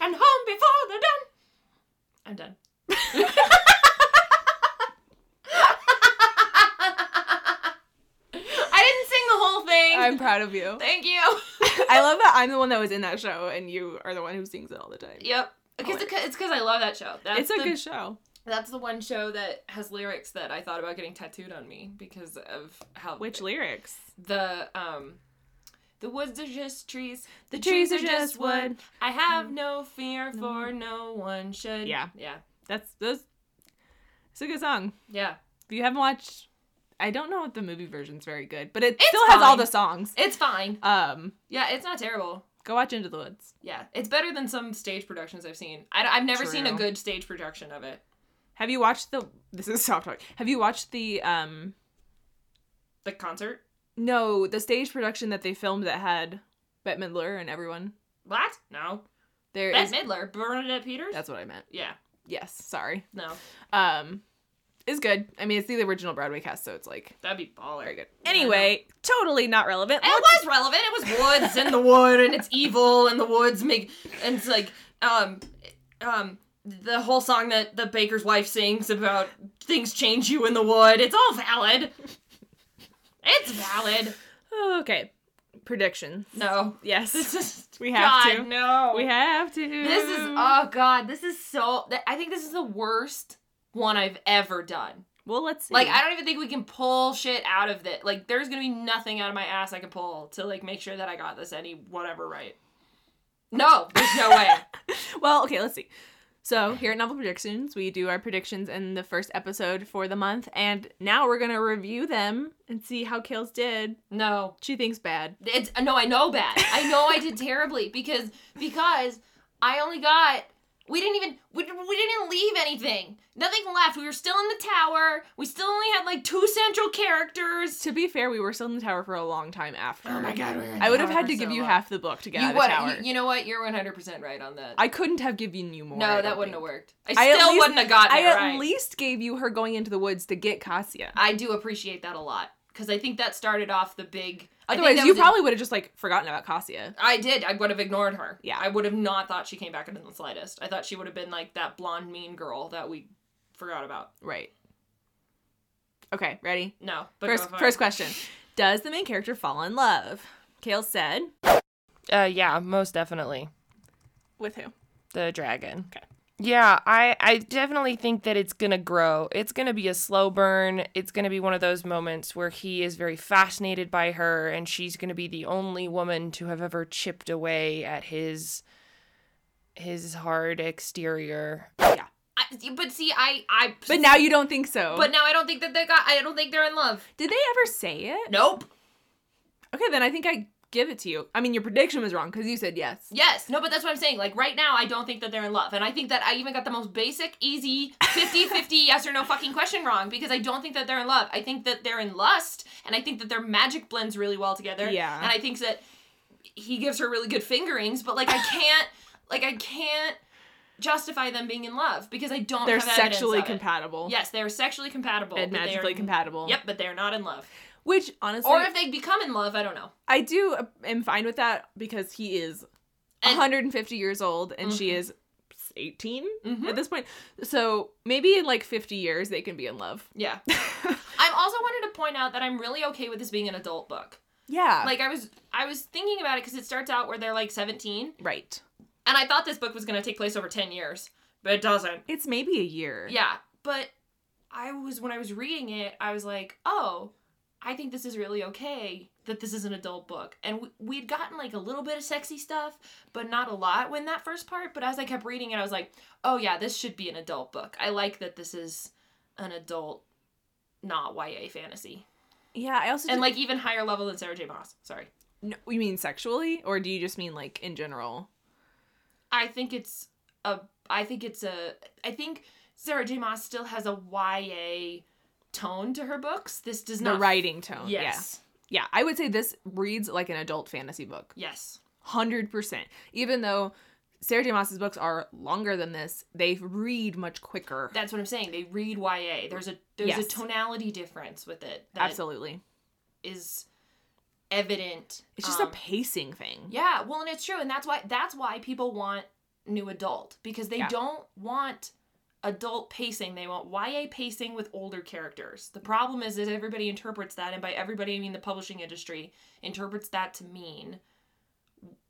[SPEAKER 2] and home before they're done. I'm done. I didn't sing the whole thing.
[SPEAKER 1] I'm proud of you.
[SPEAKER 2] Thank you.
[SPEAKER 1] I love that I'm the one that was in that show, and you are the one who sings it all the time.
[SPEAKER 2] yep. Because it's because I love that show. That's
[SPEAKER 1] it's a
[SPEAKER 2] the,
[SPEAKER 1] good show.
[SPEAKER 2] That's the one show that has lyrics that I thought about getting tattooed on me because of how
[SPEAKER 1] Which lyrics?
[SPEAKER 2] the um the woods are just trees. The,
[SPEAKER 1] trees are just wood.
[SPEAKER 2] I have Mm. no fear for no one should.
[SPEAKER 1] Yeah.
[SPEAKER 2] Yeah.
[SPEAKER 1] That's those. It's a good song.
[SPEAKER 2] Yeah.
[SPEAKER 1] If you haven't watched, I don't know if the movie version's very good, but it
[SPEAKER 2] It's
[SPEAKER 1] still has all
[SPEAKER 2] fine.
[SPEAKER 1] the songs.
[SPEAKER 2] It's fine.
[SPEAKER 1] Um,
[SPEAKER 2] Yeah, it's not terrible.
[SPEAKER 1] go watch Into the Woods.
[SPEAKER 2] Yeah, it's better than some stage productions I've seen. I, have never seen a
[SPEAKER 1] True.
[SPEAKER 2] good stage production of it.
[SPEAKER 1] Have you watched the? This is soft talk. Have you watched the um
[SPEAKER 2] The concert?
[SPEAKER 1] No, the stage production that they filmed that had Bette Midler and everyone.
[SPEAKER 2] What? No.
[SPEAKER 1] There is.
[SPEAKER 2] Bette Midler, Bernadette Peters.
[SPEAKER 1] That's what I meant.
[SPEAKER 2] yeah.
[SPEAKER 1] Yes, sorry.
[SPEAKER 2] No,
[SPEAKER 1] Um, is good. I mean, it's the original Broadway cast, so it's like
[SPEAKER 2] that'd be baller.
[SPEAKER 1] very good.
[SPEAKER 2] Yeah,
[SPEAKER 1] Anyway, totally not relevant.
[SPEAKER 2] It was relevant. It was woods and the wood, and it's evil, and the woods make, and it's like, um, um, the whole song that the baker's wife sings about things change you in the wood. It's all valid. It's valid.
[SPEAKER 1] oh, okay, predictions.
[SPEAKER 2] No,
[SPEAKER 1] Yes,
[SPEAKER 2] this is
[SPEAKER 1] We have
[SPEAKER 2] God,
[SPEAKER 1] to.
[SPEAKER 2] No,
[SPEAKER 1] we have to.
[SPEAKER 2] This is oh god, this is so. th- I think this is the worst one I've ever done.
[SPEAKER 1] well, let's see.
[SPEAKER 2] Like I don't even think we can pull shit out of this. Like there's gonna be nothing out of my ass I can pull to like make sure that I got this any whatever right. No, there's no way.
[SPEAKER 1] well, okay, let's see. So here at Novel Predictions, we do our predictions in the first episode for the month, and now we're gonna review them and see how Kales did.
[SPEAKER 2] No,
[SPEAKER 1] She thinks bad.
[SPEAKER 2] it's no. I know bad. I know I did terribly because because I only got. We didn't even we, we didn't leave anything. Nothing left. We were still in the tower. We still only had like two central characters.
[SPEAKER 1] To be fair, we were still in the tower for a long time after.
[SPEAKER 2] Oh god!
[SPEAKER 1] I would have had to give you half the book to get
[SPEAKER 2] You
[SPEAKER 1] out of
[SPEAKER 2] would.
[SPEAKER 1] the tower.
[SPEAKER 2] You, you know what? You're 100 percent right on that.
[SPEAKER 1] I couldn't have given you more.
[SPEAKER 2] no,
[SPEAKER 1] I
[SPEAKER 2] that
[SPEAKER 1] don't
[SPEAKER 2] wouldn't have
[SPEAKER 1] think.
[SPEAKER 2] worked. I,
[SPEAKER 1] I at
[SPEAKER 2] still
[SPEAKER 1] least-
[SPEAKER 2] wouldn't have gotten
[SPEAKER 1] I
[SPEAKER 2] it
[SPEAKER 1] at
[SPEAKER 2] right.
[SPEAKER 1] least gave you her going into the woods to get Cassia.
[SPEAKER 2] I do appreciate that a lot because I think that started off the big. I think
[SPEAKER 1] Otherwise,
[SPEAKER 2] that
[SPEAKER 1] you
[SPEAKER 2] was a-
[SPEAKER 1] probably would have just like forgotten about Cassia.
[SPEAKER 2] I did. I would have ignored her.
[SPEAKER 1] Yeah.
[SPEAKER 2] I would have not thought she came back in the slightest. I thought she would have been like that blonde mean girl that we forgot about.
[SPEAKER 1] Right. Okay, ready?
[SPEAKER 2] No. But
[SPEAKER 1] first,
[SPEAKER 2] go for
[SPEAKER 1] first
[SPEAKER 2] it.
[SPEAKER 1] question: Does the main character fall in love? Kale said,
[SPEAKER 2] Uh, yeah, most definitely.
[SPEAKER 1] "With who?
[SPEAKER 2] the dragon.
[SPEAKER 1] Okay.
[SPEAKER 2] Yeah, I I definitely think that it's going to grow. It's going to be a slow burn. It's going to be one of those moments where he is very fascinated by her and she's going to be the only woman to have ever chipped away at his his hard exterior.
[SPEAKER 1] Yeah,
[SPEAKER 2] I, but see, I, I,
[SPEAKER 1] But now you don't think so.
[SPEAKER 2] but now I don't think that they got. I don't think they're in love.
[SPEAKER 1] did they ever say it?
[SPEAKER 2] Nope.
[SPEAKER 1] Okay, then I think I give it to you. I mean, your prediction was wrong because you said yes.
[SPEAKER 2] Yes. No, but that's what I'm saying. Like right now, I don't think that they're in love, and I think that I even got the most basic, easy 50-50 yes or no fucking question wrong because I don't think that they're in love. I think that they're in lust, and I think that their magic blends really well together.
[SPEAKER 1] Yeah.
[SPEAKER 2] And I think that he gives her really good fingerings, but like I can't, like I can't justify them being in love because I don't.
[SPEAKER 1] They're
[SPEAKER 2] have evidence
[SPEAKER 1] sexually
[SPEAKER 2] of it.
[SPEAKER 1] compatible.
[SPEAKER 2] Yes, they are sexually compatible
[SPEAKER 1] And
[SPEAKER 2] but they are-
[SPEAKER 1] magically compatible.
[SPEAKER 2] Yep, but they're not in love.
[SPEAKER 1] Which honestly,
[SPEAKER 2] Or if they become in love, I don't know.
[SPEAKER 1] I do uh, am fine with that because he is
[SPEAKER 2] And-
[SPEAKER 1] 150 years old and she
[SPEAKER 2] Mhm.
[SPEAKER 1] is 18
[SPEAKER 2] Mhm.
[SPEAKER 1] at this point. So maybe in like 50 years they can be in love.
[SPEAKER 2] Yeah. I also wanted to point out that I'm really okay with this being an adult book.
[SPEAKER 1] Yeah.
[SPEAKER 2] Like I was I was thinking about it cuz it starts out where they're like 17
[SPEAKER 1] right.
[SPEAKER 2] and I thought this book was going to take place over 10 years, but it doesn't.
[SPEAKER 1] It's maybe a year.
[SPEAKER 2] Yeah, but I was when I was reading it, I was like, "Oh, I think this is really okay that this is an adult book." And we, we'd gotten like a little bit of sexy stuff, but not a lot when that first part, but as I kept reading it, I was like, "Oh yeah, this should be an adult book. I like that this is an adult not YA fantasy."
[SPEAKER 1] Yeah, I also
[SPEAKER 2] and
[SPEAKER 1] did-
[SPEAKER 2] like even higher level than Sarah J. Moss. Sorry,
[SPEAKER 1] No, you mean sexually or do you just mean like in general?
[SPEAKER 2] I think it's a. I think it's a. I think Sarah J. Moss still has a YA tone to her books. This does
[SPEAKER 1] The
[SPEAKER 2] not.
[SPEAKER 1] writing tone.
[SPEAKER 2] Yes.
[SPEAKER 1] Yeah. Yeah, I would say this reads like an adult fantasy book.
[SPEAKER 2] Yes.
[SPEAKER 1] 100%. Even though Sarah J. Moss's books are longer than this, they read much quicker.
[SPEAKER 2] That's what I'm saying. They read YA. There's a there's a
[SPEAKER 1] Yes.
[SPEAKER 2] tonality difference with it that is
[SPEAKER 1] Absolutely.
[SPEAKER 2] evident.
[SPEAKER 1] It's just a
[SPEAKER 2] Um,
[SPEAKER 1] pacing thing.
[SPEAKER 2] Yeah, well, and it's true, and that's why that's why people want new adult because they
[SPEAKER 1] Yeah.
[SPEAKER 2] don't want adult pacing. They want YA pacing with older characters. The problem is that everybody interprets that, and by everybody I mean the publishing industry interprets that to mean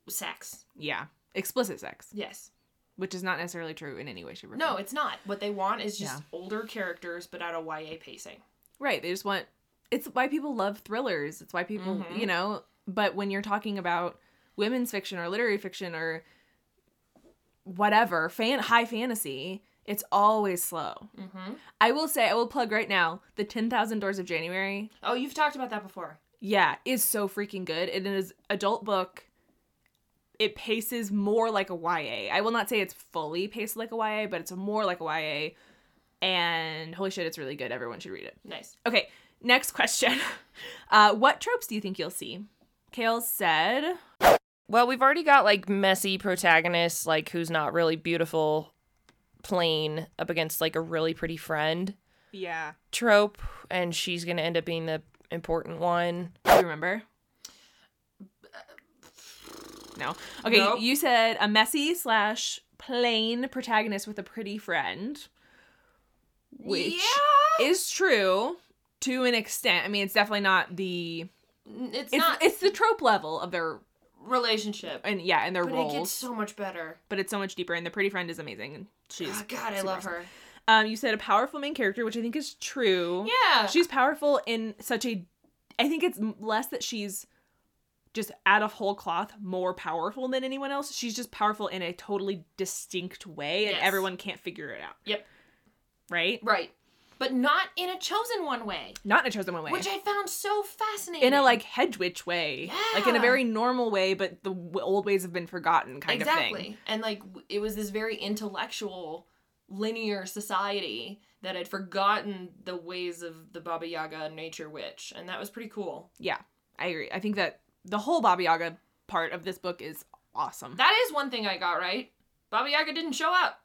[SPEAKER 2] sex.
[SPEAKER 1] Yeah. Explicit sex,
[SPEAKER 2] Yes.
[SPEAKER 1] which is not necessarily true in any way, shape, or
[SPEAKER 2] No,
[SPEAKER 1] form.
[SPEAKER 2] it's not. What they want is just
[SPEAKER 1] Yeah.
[SPEAKER 2] older characters, but at a YA pacing.
[SPEAKER 1] Right. They just want. It's why people love thrillers. It's why people,
[SPEAKER 2] Mhm.
[SPEAKER 1] you know. But when you're talking about women's fiction or literary fiction or whatever, fan high fantasy, it's always slow.
[SPEAKER 2] Mm-hmm.
[SPEAKER 1] I will say, I will plug right now, the Ten Thousand Doors of January.
[SPEAKER 2] Oh, you've talked about that before.
[SPEAKER 1] Yeah, is so freaking good. It is adult book. It paces more like a YA. I will not say it's fully paced like a YA, but it's more like a YA. And holy shit, it's really good. Everyone should read it.
[SPEAKER 2] Nice.
[SPEAKER 1] Okay, next question. Uh, what tropes do you think you'll see? Kale said,
[SPEAKER 2] Well, we've already got like messy protagonists, like who's not really beautiful, plain up against like a really pretty friend
[SPEAKER 1] "Yeah,
[SPEAKER 2] trope, and she's gonna end up being the important one.
[SPEAKER 1] do you remember?" No. Okay,
[SPEAKER 2] Nope.
[SPEAKER 1] you said a messy slash plain protagonist with a pretty friend, which
[SPEAKER 2] yeah,
[SPEAKER 1] is true to an extent. I mean, it's definitely not the
[SPEAKER 2] it's,
[SPEAKER 1] it's
[SPEAKER 2] not
[SPEAKER 1] it's the trope level of their
[SPEAKER 2] relationship,
[SPEAKER 1] and yeah and their
[SPEAKER 2] but
[SPEAKER 1] roles,
[SPEAKER 2] it gets so much better.
[SPEAKER 1] but it's so much deeper. And the pretty friend is amazing, and she's
[SPEAKER 2] Oh, God, I
[SPEAKER 1] super
[SPEAKER 2] love
[SPEAKER 1] awesome.
[SPEAKER 2] her.
[SPEAKER 1] Um, you said a powerful main character, which I think is true.
[SPEAKER 2] Yeah,
[SPEAKER 1] she's powerful in such a. I think it's m- less that she's just out of whole cloth more powerful than anyone else. She's just powerful in a totally distinct way, and
[SPEAKER 2] Yes.
[SPEAKER 1] everyone can't figure it out.
[SPEAKER 2] Yep.
[SPEAKER 1] Right.
[SPEAKER 2] right, but not in a chosen one way,
[SPEAKER 1] Not in a chosen one way.
[SPEAKER 2] which I found so fascinating.
[SPEAKER 1] in a like hedge witch way, like in a
[SPEAKER 2] Yeah.
[SPEAKER 1] very normal way, but the w- old ways have been forgotten kind
[SPEAKER 2] exactly,
[SPEAKER 1] of thing.
[SPEAKER 2] and like w- it was this very intellectual, linear society that had forgotten the ways of the Baba Yaga and nature witch, and that was pretty cool.
[SPEAKER 1] I agree. I think that the whole Baba Yaga part of this book is awesome.
[SPEAKER 2] That is one thing I got right. Baba Yaga didn't show up.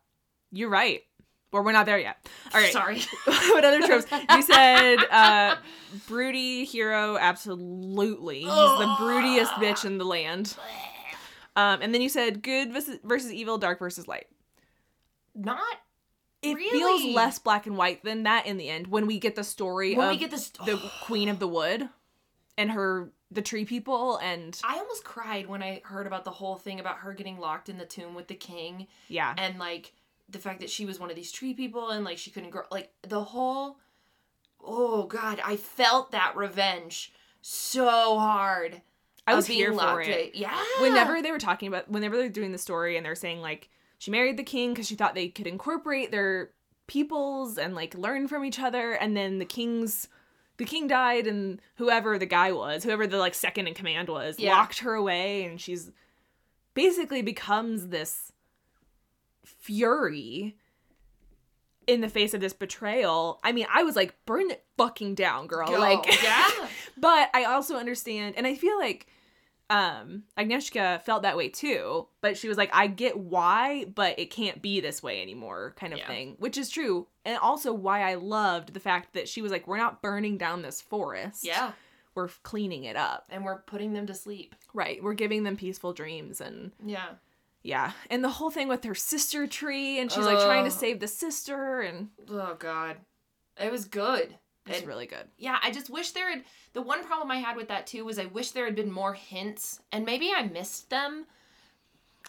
[SPEAKER 1] You're right. Well, we're not there yet. All right.
[SPEAKER 2] sorry.
[SPEAKER 1] what other tropes? You said uh, broody hero, absolutely. He's the broodiest bitch in the land. Um, and then you said good versus, versus evil, dark versus light.
[SPEAKER 2] Not
[SPEAKER 1] It
[SPEAKER 2] Really?
[SPEAKER 1] feels less black and white than that in the end when we get the story
[SPEAKER 2] when
[SPEAKER 1] of
[SPEAKER 2] we get this.
[SPEAKER 1] um, the queen of the wood and her the tree people and
[SPEAKER 2] I almost cried when I heard about the whole thing about her getting locked in the tomb with the king
[SPEAKER 1] yeah
[SPEAKER 2] and like the fact that she was one of these tree people and like she couldn't grow. Like the whole. Oh God, I felt that revenge so hard.
[SPEAKER 1] I
[SPEAKER 2] of
[SPEAKER 1] was
[SPEAKER 2] being
[SPEAKER 1] here for
[SPEAKER 2] locked
[SPEAKER 1] it.
[SPEAKER 2] in- Yeah.
[SPEAKER 1] Whenever they were talking about whenever they're doing the story and they're saying like She married the king because she thought they could incorporate their peoples and like learn from each other. And then the king's the king died, and whoever the guy was, whoever the like second in command was,
[SPEAKER 2] Yeah.
[SPEAKER 1] locked her away, and she's basically becomes this fury in the face of this betrayal. I mean, I was like, burn it fucking down, girl.
[SPEAKER 2] Go.
[SPEAKER 1] Like
[SPEAKER 2] yeah.
[SPEAKER 1] but I also understand, and I feel like um Agnieszka felt that way too, but she was like, I get why, but it can't be this way anymore, kind of
[SPEAKER 2] Yeah.
[SPEAKER 1] thing, which is true. And also why I loved the fact that she was like, We're not burning down this forest.
[SPEAKER 2] Yeah.
[SPEAKER 1] We're cleaning it up.
[SPEAKER 2] And we're putting them to sleep.
[SPEAKER 1] Right. We're giving them peaceful dreams and
[SPEAKER 2] Yeah.
[SPEAKER 1] yeah. And the whole thing with her sister tree and she's like trying to
[SPEAKER 2] Ugh.
[SPEAKER 1] save the sister and
[SPEAKER 2] Oh god. It was good.
[SPEAKER 1] it's
[SPEAKER 2] It-
[SPEAKER 1] really good.
[SPEAKER 2] yeah, I just wish there had the one problem I had with that too was I wish there had been more hints and maybe I missed them.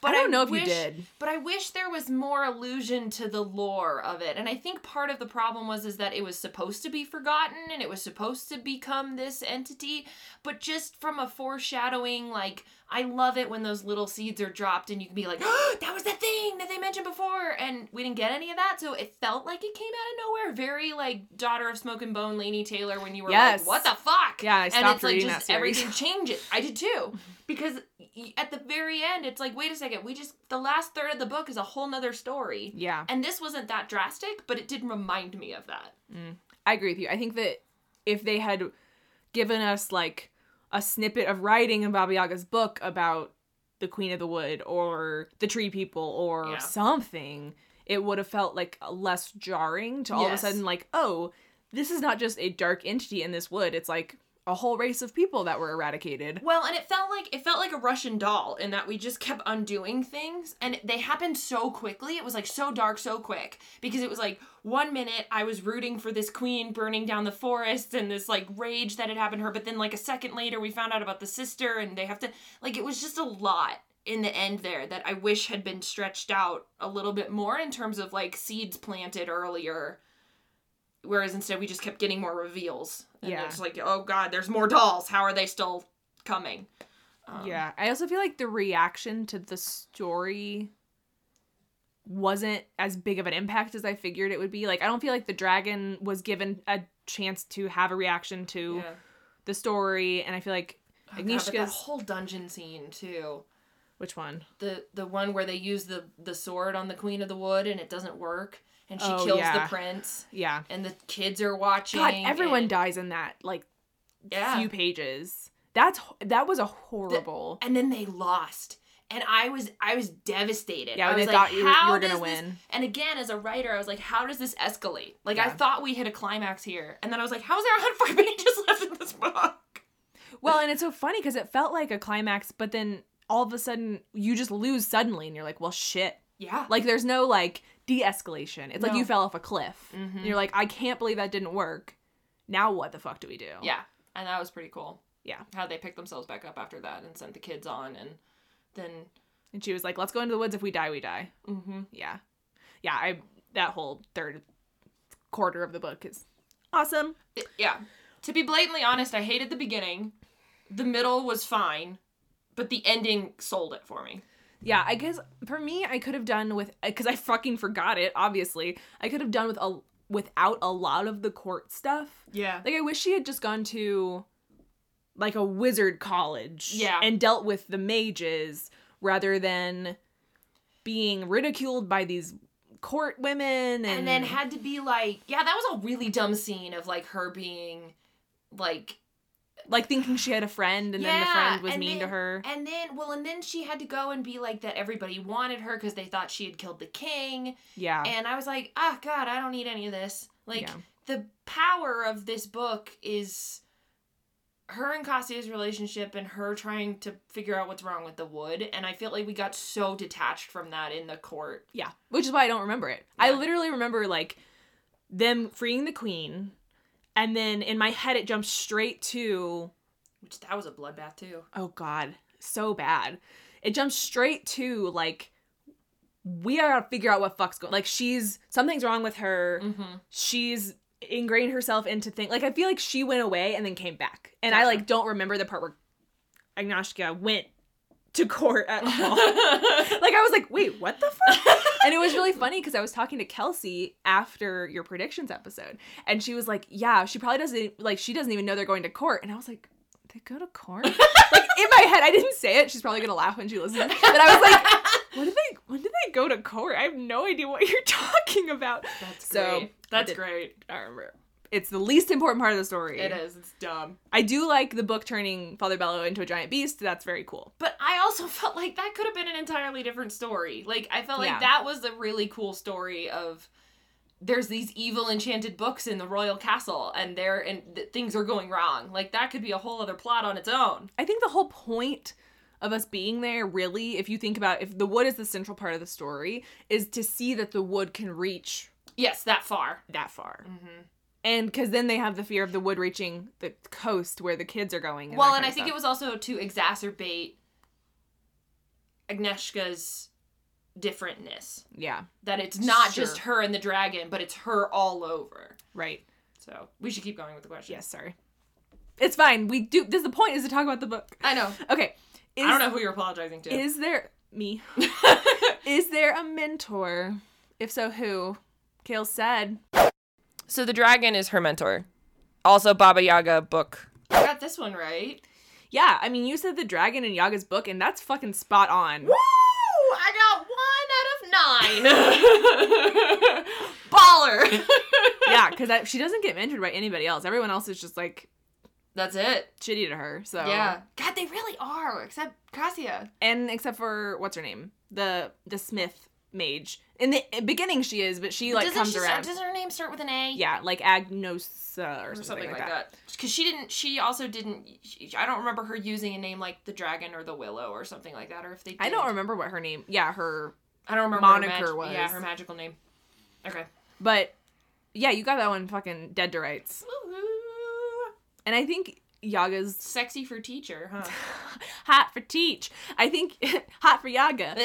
[SPEAKER 1] I don't know if
[SPEAKER 2] wish-
[SPEAKER 1] you did.
[SPEAKER 2] But I wish there was more allusion to the lore of it. And I think part of the problem was is that it was supposed to be forgotten and it was supposed to become this entity, but just from a foreshadowing like I love it when those little seeds are dropped and you can be like, "That was the thing that they mentioned before." And we didn't get any of that, so it felt like it came out of nowhere, very like Daughter of Smoke and Bone Lainey Taylor when you were
[SPEAKER 1] Yes.
[SPEAKER 2] like, "What the fuck?"
[SPEAKER 1] Yeah, I stopped
[SPEAKER 2] and it's like
[SPEAKER 1] reading
[SPEAKER 2] just
[SPEAKER 1] that series.
[SPEAKER 2] everything changes. I did too, because y- at the very end, it's like, wait a second, we just the last third of the book is a whole nother story,
[SPEAKER 1] Yeah.
[SPEAKER 2] and this wasn't that drastic, but it did remind me of that.
[SPEAKER 1] I agree with you. I think that if they had given us like a snippet of writing in Baba Yaga's book about the Queen of the Wood or the Tree People or
[SPEAKER 2] Yeah.
[SPEAKER 1] something, it would have felt like less jarring to all
[SPEAKER 2] Yes.
[SPEAKER 1] of a sudden like, oh, this is not just a dark entity in this wood. It's like a whole race of people that were eradicated.
[SPEAKER 2] Well, and it felt like it felt like a Russian doll in that we just kept undoing things and they happened so quickly. It was like so dark so quick because it was like one minute I was rooting for this queen burning down the forest and this like rage that had happened to her, but then like a second later we found out about the sister and they have to like it was just a lot in the end there that I wish had been stretched out a little bit more in terms of like seeds planted earlier. Whereas instead we just kept getting more reveals. And
[SPEAKER 1] Yeah.
[SPEAKER 2] it's like, oh god, there's more dolls. How are they still coming? Um,
[SPEAKER 1] yeah. I also feel like the reaction to the story wasn't as big of an impact as I figured it would be. Like I don't feel like the dragon was given a chance to have a reaction to
[SPEAKER 2] yeah.
[SPEAKER 1] the story and I feel like
[SPEAKER 2] Oh, God, but that
[SPEAKER 1] Agnieszka's-
[SPEAKER 2] whole dungeon scene too.
[SPEAKER 1] which one?
[SPEAKER 2] The the one where they use the the sword on the Queen of the Wood and it doesn't work, and she
[SPEAKER 1] Oh,
[SPEAKER 2] kills
[SPEAKER 1] yeah.
[SPEAKER 2] the prince,
[SPEAKER 1] Yeah.
[SPEAKER 2] and the kids are watching.
[SPEAKER 1] God, everyone
[SPEAKER 2] and-
[SPEAKER 1] dies in that like
[SPEAKER 2] Yeah.
[SPEAKER 1] few pages. That's ho- that was a horrible.
[SPEAKER 2] and then they lost and i was i was devastated
[SPEAKER 1] yeah,
[SPEAKER 2] I
[SPEAKER 1] when
[SPEAKER 2] was
[SPEAKER 1] they
[SPEAKER 2] like,
[SPEAKER 1] thought you, were- you
[SPEAKER 2] "How
[SPEAKER 1] were gonna
[SPEAKER 2] does this-"
[SPEAKER 1] win.
[SPEAKER 2] and again as a writer i was like how does this escalate like i
[SPEAKER 1] Yeah.
[SPEAKER 2] thought we hit a climax here and then i was like how is there 104 pages left in this book
[SPEAKER 1] Well, and it's so funny because it felt like a climax, but then all of a sudden you just lose suddenly, and you're like, well, shit.
[SPEAKER 2] yeah
[SPEAKER 1] Like there's no like de-escalation. It's like
[SPEAKER 2] No.
[SPEAKER 1] you fell off a cliff.
[SPEAKER 2] Mhm.
[SPEAKER 1] And you're like, I can't believe that didn't work. Now what the fuck do we do?
[SPEAKER 2] yeah and that was pretty cool
[SPEAKER 1] Yeah.
[SPEAKER 2] how they picked themselves back up after that and sent the kids on and then
[SPEAKER 1] And she was like, let's go into the woods. If we die, we die.
[SPEAKER 2] mm-hmm.
[SPEAKER 1] yeah yeah i that whole third quarter of the book is awesome
[SPEAKER 2] yeah to be blatantly honest i hated the beginning the middle was fine but the ending sold it for me
[SPEAKER 1] yeah i guess for me i could have done with because i fucking forgot it obviously i could have done with a without a lot of the court stuff
[SPEAKER 2] yeah
[SPEAKER 1] like i wish she had just gone to like a wizard college
[SPEAKER 2] Yeah.
[SPEAKER 1] and dealt with the mages rather than being ridiculed by these court women and,
[SPEAKER 2] and then had to be like yeah that was a really dumb scene of like her being like
[SPEAKER 1] like thinking she had a friend and then the
[SPEAKER 2] Yeah,
[SPEAKER 1] friend was
[SPEAKER 2] and
[SPEAKER 1] mean to
[SPEAKER 2] then-
[SPEAKER 1] her
[SPEAKER 2] and then well and then she had to go and be like that everybody wanted her because they thought she had killed the king
[SPEAKER 1] yeah
[SPEAKER 2] and i was like ah god i don't need any of this like
[SPEAKER 1] Yeah.
[SPEAKER 2] the power of this book is her and Cassia's relationship and her trying to figure out what's wrong with the wood and i feel like we got so detached from that in the court
[SPEAKER 1] Yeah, which is why I don't remember it. I
[SPEAKER 2] Yeah.
[SPEAKER 1] literally remember like them freeing the queen, and then in my head it jumps straight to
[SPEAKER 2] which that was a bloodbath too
[SPEAKER 1] oh god, so bad. It jumps straight to like we gotta figure out what fuck's going. Like she's something's wrong with her.
[SPEAKER 2] mm-hmm.
[SPEAKER 1] She's ingrained herself into things. Like I feel like she went away and then came back, and I
[SPEAKER 2] Gotcha.
[SPEAKER 1] like don't remember the part where Agnieszka went to court at all. like I was like, wait, what the fuck? and it was really funny because I was talking to Kelsey after your predictions episode, and she was like, "Yeah, she probably doesn't e-" like she doesn't even know they're going to court." And I was like, "They go to court?" like in my head, I didn't say it. She's probably gonna laugh when she listens. But I was like, "What did they? When did they go to court? I have no idea what you're talking about."
[SPEAKER 2] That's
[SPEAKER 1] So,
[SPEAKER 2] great. That's
[SPEAKER 1] did-
[SPEAKER 2] great.
[SPEAKER 1] I remember. It's the least important part of the story.
[SPEAKER 2] It is. It's dumb.
[SPEAKER 1] I do like the book turning Father Bello into a giant beast. That's very cool.
[SPEAKER 2] But I also felt like that could have been an entirely different story. Like I felt
[SPEAKER 1] Yeah.
[SPEAKER 2] like that was a really cool story of there's these evil enchanted books in the royal castle and there and th- things are going wrong. Like that could be a whole other plot on its own.
[SPEAKER 1] I think the whole point of us being there, really, if you think about if the wood is the central part of the story, is to see that the wood can reach
[SPEAKER 2] Yes, that far.
[SPEAKER 1] that far.
[SPEAKER 2] Mhm.
[SPEAKER 1] And because then they have the fear of the wood reaching the coast where the kids are going. And
[SPEAKER 2] Well, and I think it was also to exacerbate Agnieszka's differentness.
[SPEAKER 1] was. Yeah,
[SPEAKER 2] That it's not
[SPEAKER 1] Sure.
[SPEAKER 2] just her and the dragon, but it's her all over.
[SPEAKER 1] right.
[SPEAKER 2] So we should keep going with the question.
[SPEAKER 1] Yes, sorry. It's fine. We do. This the point is to talk about the book.
[SPEAKER 2] I know.
[SPEAKER 1] Okay. Is,
[SPEAKER 2] I don't know who you're apologizing to.
[SPEAKER 1] Is there me? Is there a mentor? If so, who? Kale said.
[SPEAKER 2] so the dragon is her mentor. Also Baba Yaga book. I got this one right.
[SPEAKER 1] Yeah, I mean, you said the dragon in Yaga's book, and that's fucking spot on.
[SPEAKER 2] Woo! I got one out of nine. Baller.
[SPEAKER 1] yeah, because she doesn't get mentored by anybody else. Everyone else is just like
[SPEAKER 2] That's it.
[SPEAKER 1] shitty to her. So
[SPEAKER 2] Yeah. God, they really are, except Cassia.
[SPEAKER 1] and except for what's her name, the the Smith mage. In the beginning, she is, but she like
[SPEAKER 2] doesn't
[SPEAKER 1] comes
[SPEAKER 2] she
[SPEAKER 1] around.
[SPEAKER 2] Start, doesn't her name start with an A?
[SPEAKER 1] yeah, like Agnosa or,
[SPEAKER 2] Or something like that. Because she didn't. She also didn't. She, I don't remember her using a name like the dragon or the willow or something like that. Or if they. Did.
[SPEAKER 1] I don't remember what her name. Yeah, her.
[SPEAKER 2] I don't remember. her
[SPEAKER 1] moniker
[SPEAKER 2] mag-
[SPEAKER 1] was.
[SPEAKER 2] Yeah, her magical name. Okay.
[SPEAKER 1] But yeah, you got that one fucking dead to rights.
[SPEAKER 2] Woohoo.
[SPEAKER 1] And I think Yaga's
[SPEAKER 2] Sexy for teacher, huh?
[SPEAKER 1] hot for teach. I think hot for Yaga.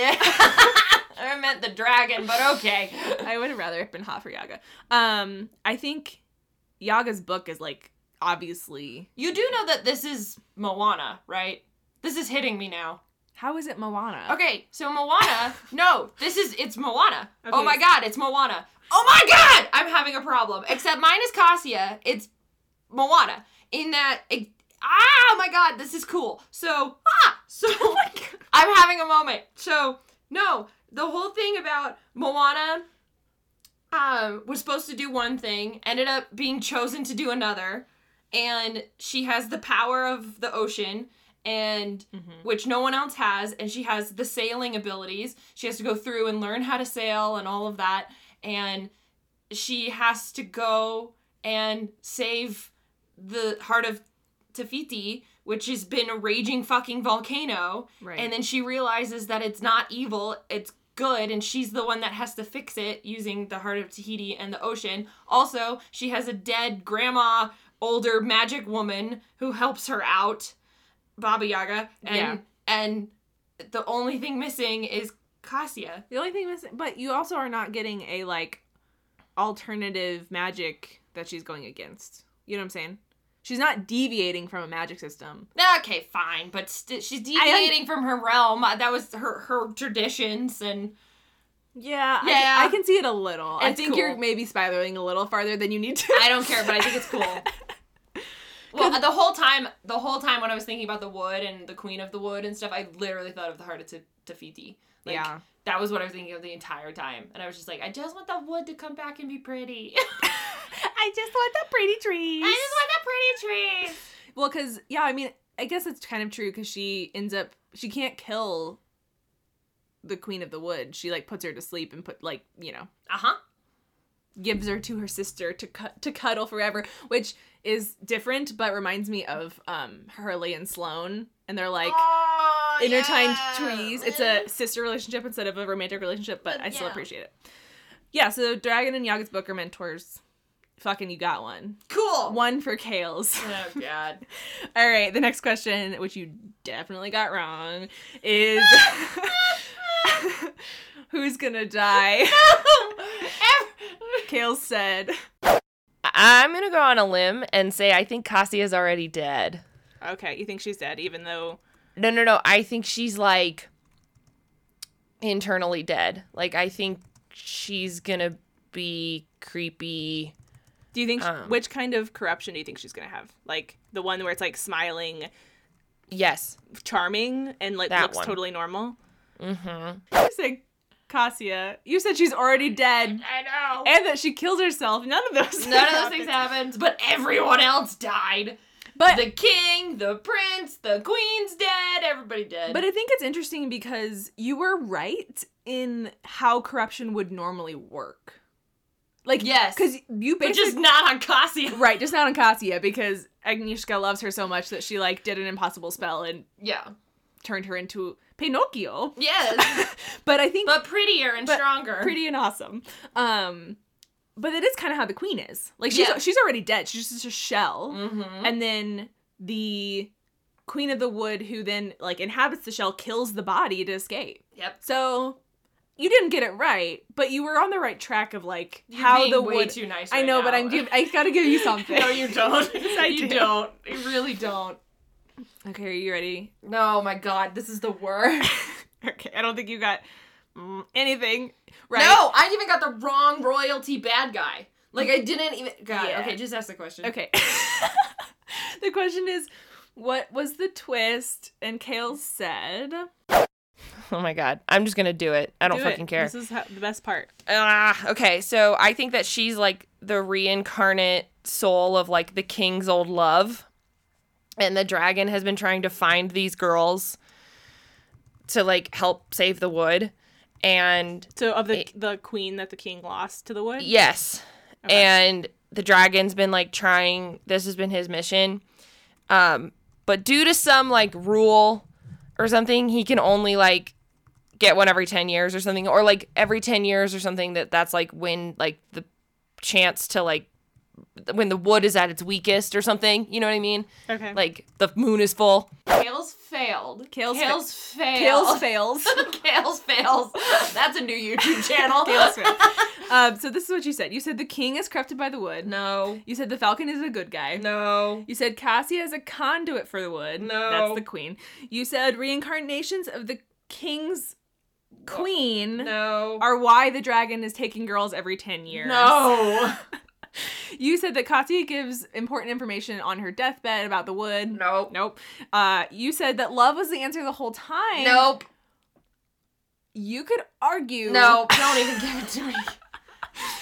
[SPEAKER 2] I meant the dragon, but okay.
[SPEAKER 1] I would have rather have been hot for Yaga. Um, I think Yaga's book is like obviously
[SPEAKER 2] You do know that this is Moana, right? This is hitting me now.
[SPEAKER 1] how is it Moana?
[SPEAKER 2] Okay, so Moana. no, this is it's Moana.
[SPEAKER 1] Okay.
[SPEAKER 2] Oh my god, it's Moana. Oh my god, I'm having a problem. Except mine is Cassia. It's Moana. In that, it, ah, oh my god, this is cool. So ah, so I'm having a moment. So no, the whole thing about Moana. Um, was supposed to do one thing, ended up being chosen to do another, and she has the power of the ocean, and
[SPEAKER 1] Mhm.
[SPEAKER 2] which no one else has, and she has the sailing abilities. She has to go through and learn how to sail and all of that, and she has to go and save the heart of Tafiti, which has been a raging fucking volcano.
[SPEAKER 1] Right.
[SPEAKER 2] And then she realizes that it's not evil, it's good, and she's the one that has to fix it using the heart of Tahiti and the ocean. Also, she has a dead grandma, older magic woman who helps her out, Baba Yaga. And
[SPEAKER 1] Yeah.
[SPEAKER 2] and the only thing missing is Cassia.
[SPEAKER 1] the only thing missing, but you also are not getting a like alternative magic that she's going against. You know what I'm saying? She's not deviating from a magic system.
[SPEAKER 2] Okay, fine, but st- she's deviating from her realm. Uh, That was her her traditions and
[SPEAKER 1] Yeah, I,
[SPEAKER 2] Yeah.
[SPEAKER 1] can- I can see it a little. I
[SPEAKER 2] It's
[SPEAKER 1] think
[SPEAKER 2] cool.
[SPEAKER 1] you're maybe spiraling a little farther than you need to.
[SPEAKER 2] I don't care, but I think it's cool. Well, the whole time, the whole time when I was thinking about the wood and the queen of the wood and stuff, I literally thought of the heart of Ta- Tafiti. Like,
[SPEAKER 1] yeah,
[SPEAKER 2] That was what I was thinking of the entire time, and I was just like, I just want the wood to come back and be pretty.
[SPEAKER 1] I just want the pretty trees.
[SPEAKER 2] I just want the pretty trees.
[SPEAKER 1] Well, because yeah, I mean, I guess it's kind of true because she ends up she can't kill the Queen of the Wood. She like puts her to sleep and put like you know
[SPEAKER 2] Uh huh.
[SPEAKER 1] gives her to her sister to cut to cuddle forever, which is different but reminds me of um Hurley and Sloane, and they're like.
[SPEAKER 2] oh,
[SPEAKER 1] Intertwined
[SPEAKER 2] yeah.
[SPEAKER 1] trees. It's a sister relationship instead of a romantic relationship, but I still
[SPEAKER 2] Yeah.
[SPEAKER 1] appreciate it. Yeah, so Dragon and Yaga's book are mentors. Fucking, you got one.
[SPEAKER 2] cool.
[SPEAKER 1] One for Kales.
[SPEAKER 2] Oh god.
[SPEAKER 1] All right, the next question, which you definitely got wrong, is who's gonna die? Kale said.
[SPEAKER 3] I'm gonna go on a limb and say I think Cassie is already dead.
[SPEAKER 1] Okay, you think she's dead, even though
[SPEAKER 3] No, no, no. I think she's like internally dead. Like I think she's gonna be creepy.
[SPEAKER 1] Do you think
[SPEAKER 3] Um.
[SPEAKER 1] which kind of corruption do you think she's gonna have? Like the one where it's like smiling,
[SPEAKER 3] Yes.
[SPEAKER 1] charming, and like
[SPEAKER 3] That
[SPEAKER 1] looks
[SPEAKER 3] one.
[SPEAKER 1] totally normal.
[SPEAKER 3] Mm-hmm.
[SPEAKER 1] You said Cassia. You said she's already dead,
[SPEAKER 2] I know.
[SPEAKER 1] and that she killed herself. None of those.
[SPEAKER 2] None of those things happened, but everyone else died.
[SPEAKER 1] But
[SPEAKER 2] the king, the prince, the queen's dead. Everybody dead.
[SPEAKER 1] But I think it's interesting because you were right in how corruption would normally work. Like
[SPEAKER 2] Yes.
[SPEAKER 1] because you
[SPEAKER 2] but just
[SPEAKER 1] basically
[SPEAKER 2] not on Cassia.
[SPEAKER 1] right, just not on Cassia because Agnieszka loves her so much that she like did an impossible spell and
[SPEAKER 2] Yeah.
[SPEAKER 1] turned her into Pinocchio.
[SPEAKER 2] Yes.
[SPEAKER 1] But I think
[SPEAKER 2] but prettier and
[SPEAKER 1] But
[SPEAKER 2] stronger.
[SPEAKER 1] pretty and awesome. Um, but that is kind of how the queen is. Like she's
[SPEAKER 2] Yeah.
[SPEAKER 1] she's already dead. She's just a shell.
[SPEAKER 2] Mm-hmm.
[SPEAKER 1] and then the queen of the wood who then like inhabits the shell kills the body to escape
[SPEAKER 2] Yep.
[SPEAKER 1] so you didn't get it right but you were on the right track of like how the
[SPEAKER 2] way
[SPEAKER 1] wood
[SPEAKER 2] too nice.
[SPEAKER 1] i
[SPEAKER 2] right
[SPEAKER 1] know but
[SPEAKER 2] now.
[SPEAKER 1] i'm give, i gotta give you something
[SPEAKER 2] no, you don't.
[SPEAKER 1] Yes, I
[SPEAKER 2] you
[SPEAKER 1] do.
[SPEAKER 2] not You really don't.
[SPEAKER 1] okay are you ready
[SPEAKER 2] No, my God, this is the worst.
[SPEAKER 1] okay i don't think you got mm, anything right
[SPEAKER 2] No, I even got the wrong royalty bad guy. Like I didn't even. God.
[SPEAKER 1] Yeah.
[SPEAKER 2] Okay, just ask the question.
[SPEAKER 1] okay the question is what was the twist and kale said
[SPEAKER 3] Oh my god. I'm just gonna do it. I don't
[SPEAKER 1] Do it.
[SPEAKER 3] fucking care.
[SPEAKER 1] this is how, the best part
[SPEAKER 3] Ah, okay. So I think that she's like the reincarnate soul of like the king's old love. And the dragon has been trying to find these girls to like help save the wood. And
[SPEAKER 1] so of the
[SPEAKER 3] Eh.
[SPEAKER 1] the queen that the king lost to the wood
[SPEAKER 3] yes.
[SPEAKER 1] Okay.
[SPEAKER 3] And the dragon's been like trying, this has been his mission. Um, but due to some like rule or something, he can only like get one every 10 years or something or like every 10 years or something that that's like when like the chance to like when the wood is at its weakest or something you know what i mean
[SPEAKER 1] okay
[SPEAKER 3] like the moon is full
[SPEAKER 2] Kales failed.
[SPEAKER 1] Kales
[SPEAKER 2] Kales,
[SPEAKER 1] fa-
[SPEAKER 2] Kales
[SPEAKER 1] Kales
[SPEAKER 2] failed.
[SPEAKER 1] fails.
[SPEAKER 2] Kales fails. That's a new YouTube channel.
[SPEAKER 1] Kales fails. Um, so this is what you said. You said the king is corrupted by the wood.
[SPEAKER 2] No.
[SPEAKER 1] You said the falcon is a good guy.
[SPEAKER 2] No.
[SPEAKER 1] You said Cassia is a conduit for the wood.
[SPEAKER 2] No.
[SPEAKER 1] That's the queen. You said reincarnations of the king's queen
[SPEAKER 2] No.
[SPEAKER 1] are why the dragon is taking girls every 10 years.
[SPEAKER 2] No.
[SPEAKER 1] You said that Cassia gives important information on her deathbed about the wood.
[SPEAKER 2] Nope.
[SPEAKER 1] Nope. Uh, you said that love was the answer the whole time.
[SPEAKER 2] Nope.
[SPEAKER 1] You could argue.
[SPEAKER 2] Nope. Don't even give it to me.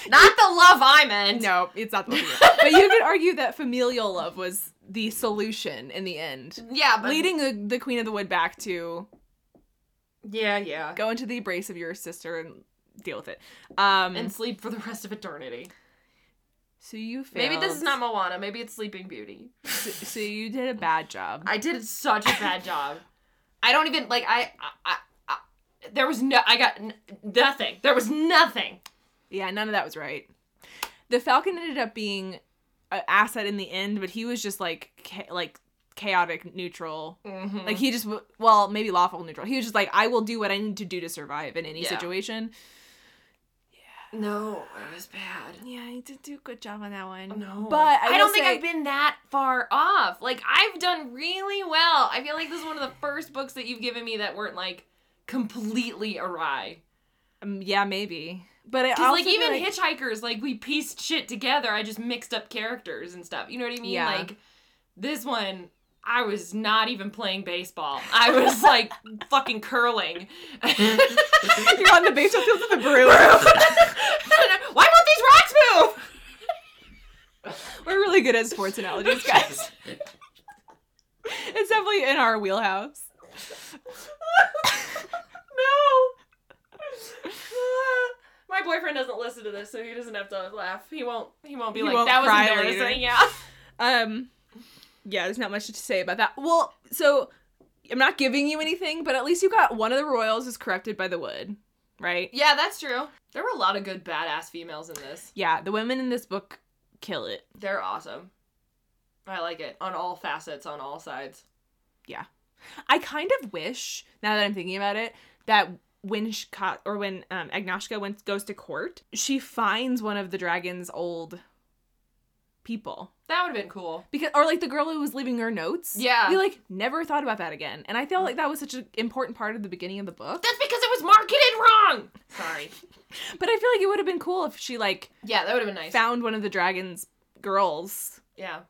[SPEAKER 2] Not the love I meant.
[SPEAKER 1] No, it's not the one. you want. but you could argue that familial love was the solution in the end,
[SPEAKER 2] Yeah, but
[SPEAKER 1] leading the, the Queen of the Wood back to
[SPEAKER 2] Yeah, yeah.
[SPEAKER 1] go into the embrace of your sister and deal with it. Um,
[SPEAKER 2] And sleep for the rest of eternity.
[SPEAKER 1] so you failed.
[SPEAKER 2] Maybe this is not Moana. Maybe it's Sleeping Beauty.
[SPEAKER 1] So, so you did a bad job.
[SPEAKER 2] I did such a bad job. I don't even like I, I, I, I there was no I got n- nothing. There was nothing.
[SPEAKER 1] yeah, none of that was right. The Falcon ended up being an asset in the end, but he was just like cha- like chaotic neutral.
[SPEAKER 2] Mm-hmm.
[SPEAKER 1] Like he just w- well maybe lawful neutral. He was just like I will do what I need to do to survive in any
[SPEAKER 2] Yeah.
[SPEAKER 1] situation.
[SPEAKER 2] no, it was bad.
[SPEAKER 1] Yeah, you did do a good job on that one.
[SPEAKER 2] No.
[SPEAKER 1] But Oh, I,
[SPEAKER 2] don't
[SPEAKER 1] will
[SPEAKER 2] think
[SPEAKER 1] say-
[SPEAKER 2] I've been that far off. Like I've done really well. I feel like this is one of the first books that you've given me that weren't like completely awry.
[SPEAKER 1] Um, yeah, maybe. But I
[SPEAKER 2] Cuz
[SPEAKER 1] also
[SPEAKER 2] like
[SPEAKER 1] feel
[SPEAKER 2] even
[SPEAKER 1] like,
[SPEAKER 2] hitchhikers like we pieced shit together. I just mixed up characters and stuff. You know what I mean?
[SPEAKER 1] Yeah.
[SPEAKER 2] Like this one I was not even playing baseball. I was like fucking curling.
[SPEAKER 1] you're on the baseball field with the brew.
[SPEAKER 2] Why won't these rocks move?
[SPEAKER 1] We're really good at sports analogies, guys. it's definitely in our wheelhouse.
[SPEAKER 2] no. My boyfriend doesn't listen to this, so he doesn't have to laugh. He won't. He won't be
[SPEAKER 1] He
[SPEAKER 2] like
[SPEAKER 1] won't
[SPEAKER 2] that was
[SPEAKER 1] cry
[SPEAKER 2] embarrassing.
[SPEAKER 1] later.
[SPEAKER 2] Yeah.
[SPEAKER 1] Um, yeah, there's not much to say about that. Well, so I'm not giving you anything, but at least you got one of the royals is corrupted by the wood, right?
[SPEAKER 2] Yeah, that's true. There were a lot of good badass females in this.
[SPEAKER 1] Yeah, the women in this book kill it.
[SPEAKER 2] They're awesome. I like it on all facets, on all sides.
[SPEAKER 1] I kind of wish now that I'm thinking about it that when she caught, or when um, Agnieszka went, goes to court, she finds one of the dragon's old people
[SPEAKER 2] That would have been cool.
[SPEAKER 1] because or like the girl who was leaving her notes.
[SPEAKER 2] Yeah.
[SPEAKER 1] we like never thought about that again, and I feel like that was such an important part of the beginning of the book.
[SPEAKER 2] That's because it was marketed wrong. Sorry.
[SPEAKER 1] But I feel like it would have been cool if she like
[SPEAKER 2] Yeah, that would have been nice.
[SPEAKER 1] found one of the dragon's girls.
[SPEAKER 2] yeah.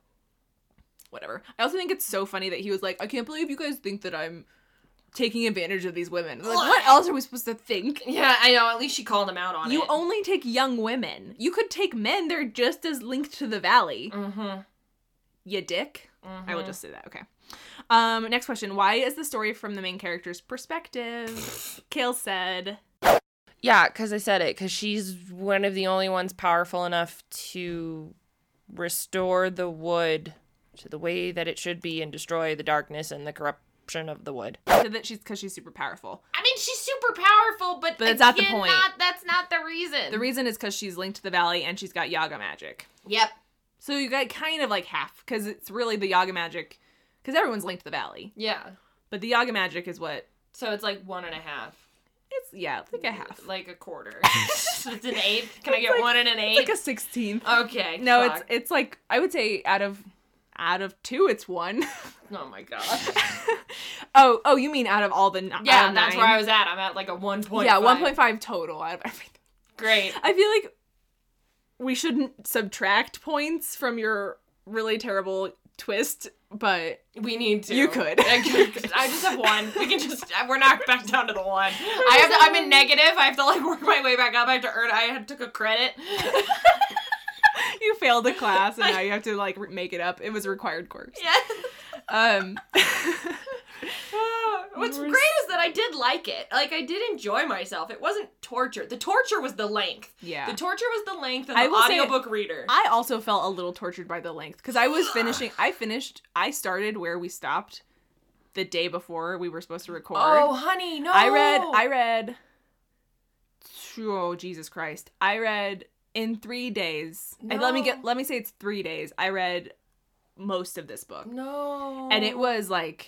[SPEAKER 1] Whatever. I also think it's so funny that he was like, I can't believe you guys think that I'm taking advantage of these women. Like, what else are we supposed to think?
[SPEAKER 2] Yeah, I know. At least she called him out on
[SPEAKER 1] You
[SPEAKER 2] it.
[SPEAKER 1] only take young women. You could take men. They're just as linked to the valley.
[SPEAKER 2] Mm-hmm.
[SPEAKER 1] You dick.
[SPEAKER 2] mm-hmm.
[SPEAKER 1] I will just say that. Okay. Um, next question. Why is the story from the main character's perspective? Kale said,
[SPEAKER 3] Yeah, because I said it. Because she's one of the only ones powerful enough to restore the wood to the way that it should be and destroy the darkness and the corruption of the wood.
[SPEAKER 1] said that she's because she's super powerful.
[SPEAKER 2] I mean, she's super powerful, but,
[SPEAKER 1] But it's not the
[SPEAKER 2] again,
[SPEAKER 1] point.
[SPEAKER 2] not- that's not the reason.
[SPEAKER 1] The reason is because she's linked to the valley and she's got Yaga magic.
[SPEAKER 2] yep.
[SPEAKER 1] So you got kind of like half because it's really the Yaga magic because everyone's linked to the valley,
[SPEAKER 2] Yeah.
[SPEAKER 1] but the Yaga magic is what
[SPEAKER 2] So it's like one and a half.
[SPEAKER 1] it's yeah, it's like a half,
[SPEAKER 2] Like a quarter. so it's an eighth. Can I get
[SPEAKER 1] like-
[SPEAKER 2] one and an eighth?
[SPEAKER 1] it's like a sixteenth.
[SPEAKER 2] okay.
[SPEAKER 1] no,
[SPEAKER 2] fuck.
[SPEAKER 1] it's it's like I would say out of out of two, it's one.
[SPEAKER 2] Oh my god.
[SPEAKER 1] oh, oh, you mean out of all the n- out
[SPEAKER 2] Yeah,
[SPEAKER 1] of
[SPEAKER 2] that's
[SPEAKER 1] nine.
[SPEAKER 2] where I was at. I'm at like a one point.
[SPEAKER 1] yeah, one point five total out of everything.
[SPEAKER 2] Great.
[SPEAKER 1] I feel like we shouldn't subtract points from your really terrible twist, but
[SPEAKER 2] We need to.
[SPEAKER 1] You could.
[SPEAKER 2] I, could- I just have one. We can just. We're not back down to the one. I have. To, I'm in negative. I have to like work my way back up. I have to earn. I had took a credit.
[SPEAKER 1] you failed a class and now you have to like re- make it up. It was required course.
[SPEAKER 2] yeah.
[SPEAKER 1] Um,
[SPEAKER 2] What's
[SPEAKER 1] We're
[SPEAKER 2] great is that I did like it. Like I did enjoy myself. It wasn't torture. The torture was the length.
[SPEAKER 1] yeah.
[SPEAKER 2] The torture was the length and
[SPEAKER 1] I
[SPEAKER 2] the
[SPEAKER 1] will say-
[SPEAKER 2] audiobook reader.
[SPEAKER 1] I also felt a little tortured by the length because I was finishing. I finished. I started where we stopped the day before we were supposed to record.
[SPEAKER 2] oh, honey, no.
[SPEAKER 1] I read. I read. Oh Jesus Christ! I read in three days. And let me
[SPEAKER 2] No.
[SPEAKER 1] get. Let me say it's three days. I read most of this book,
[SPEAKER 2] No.
[SPEAKER 1] and it was like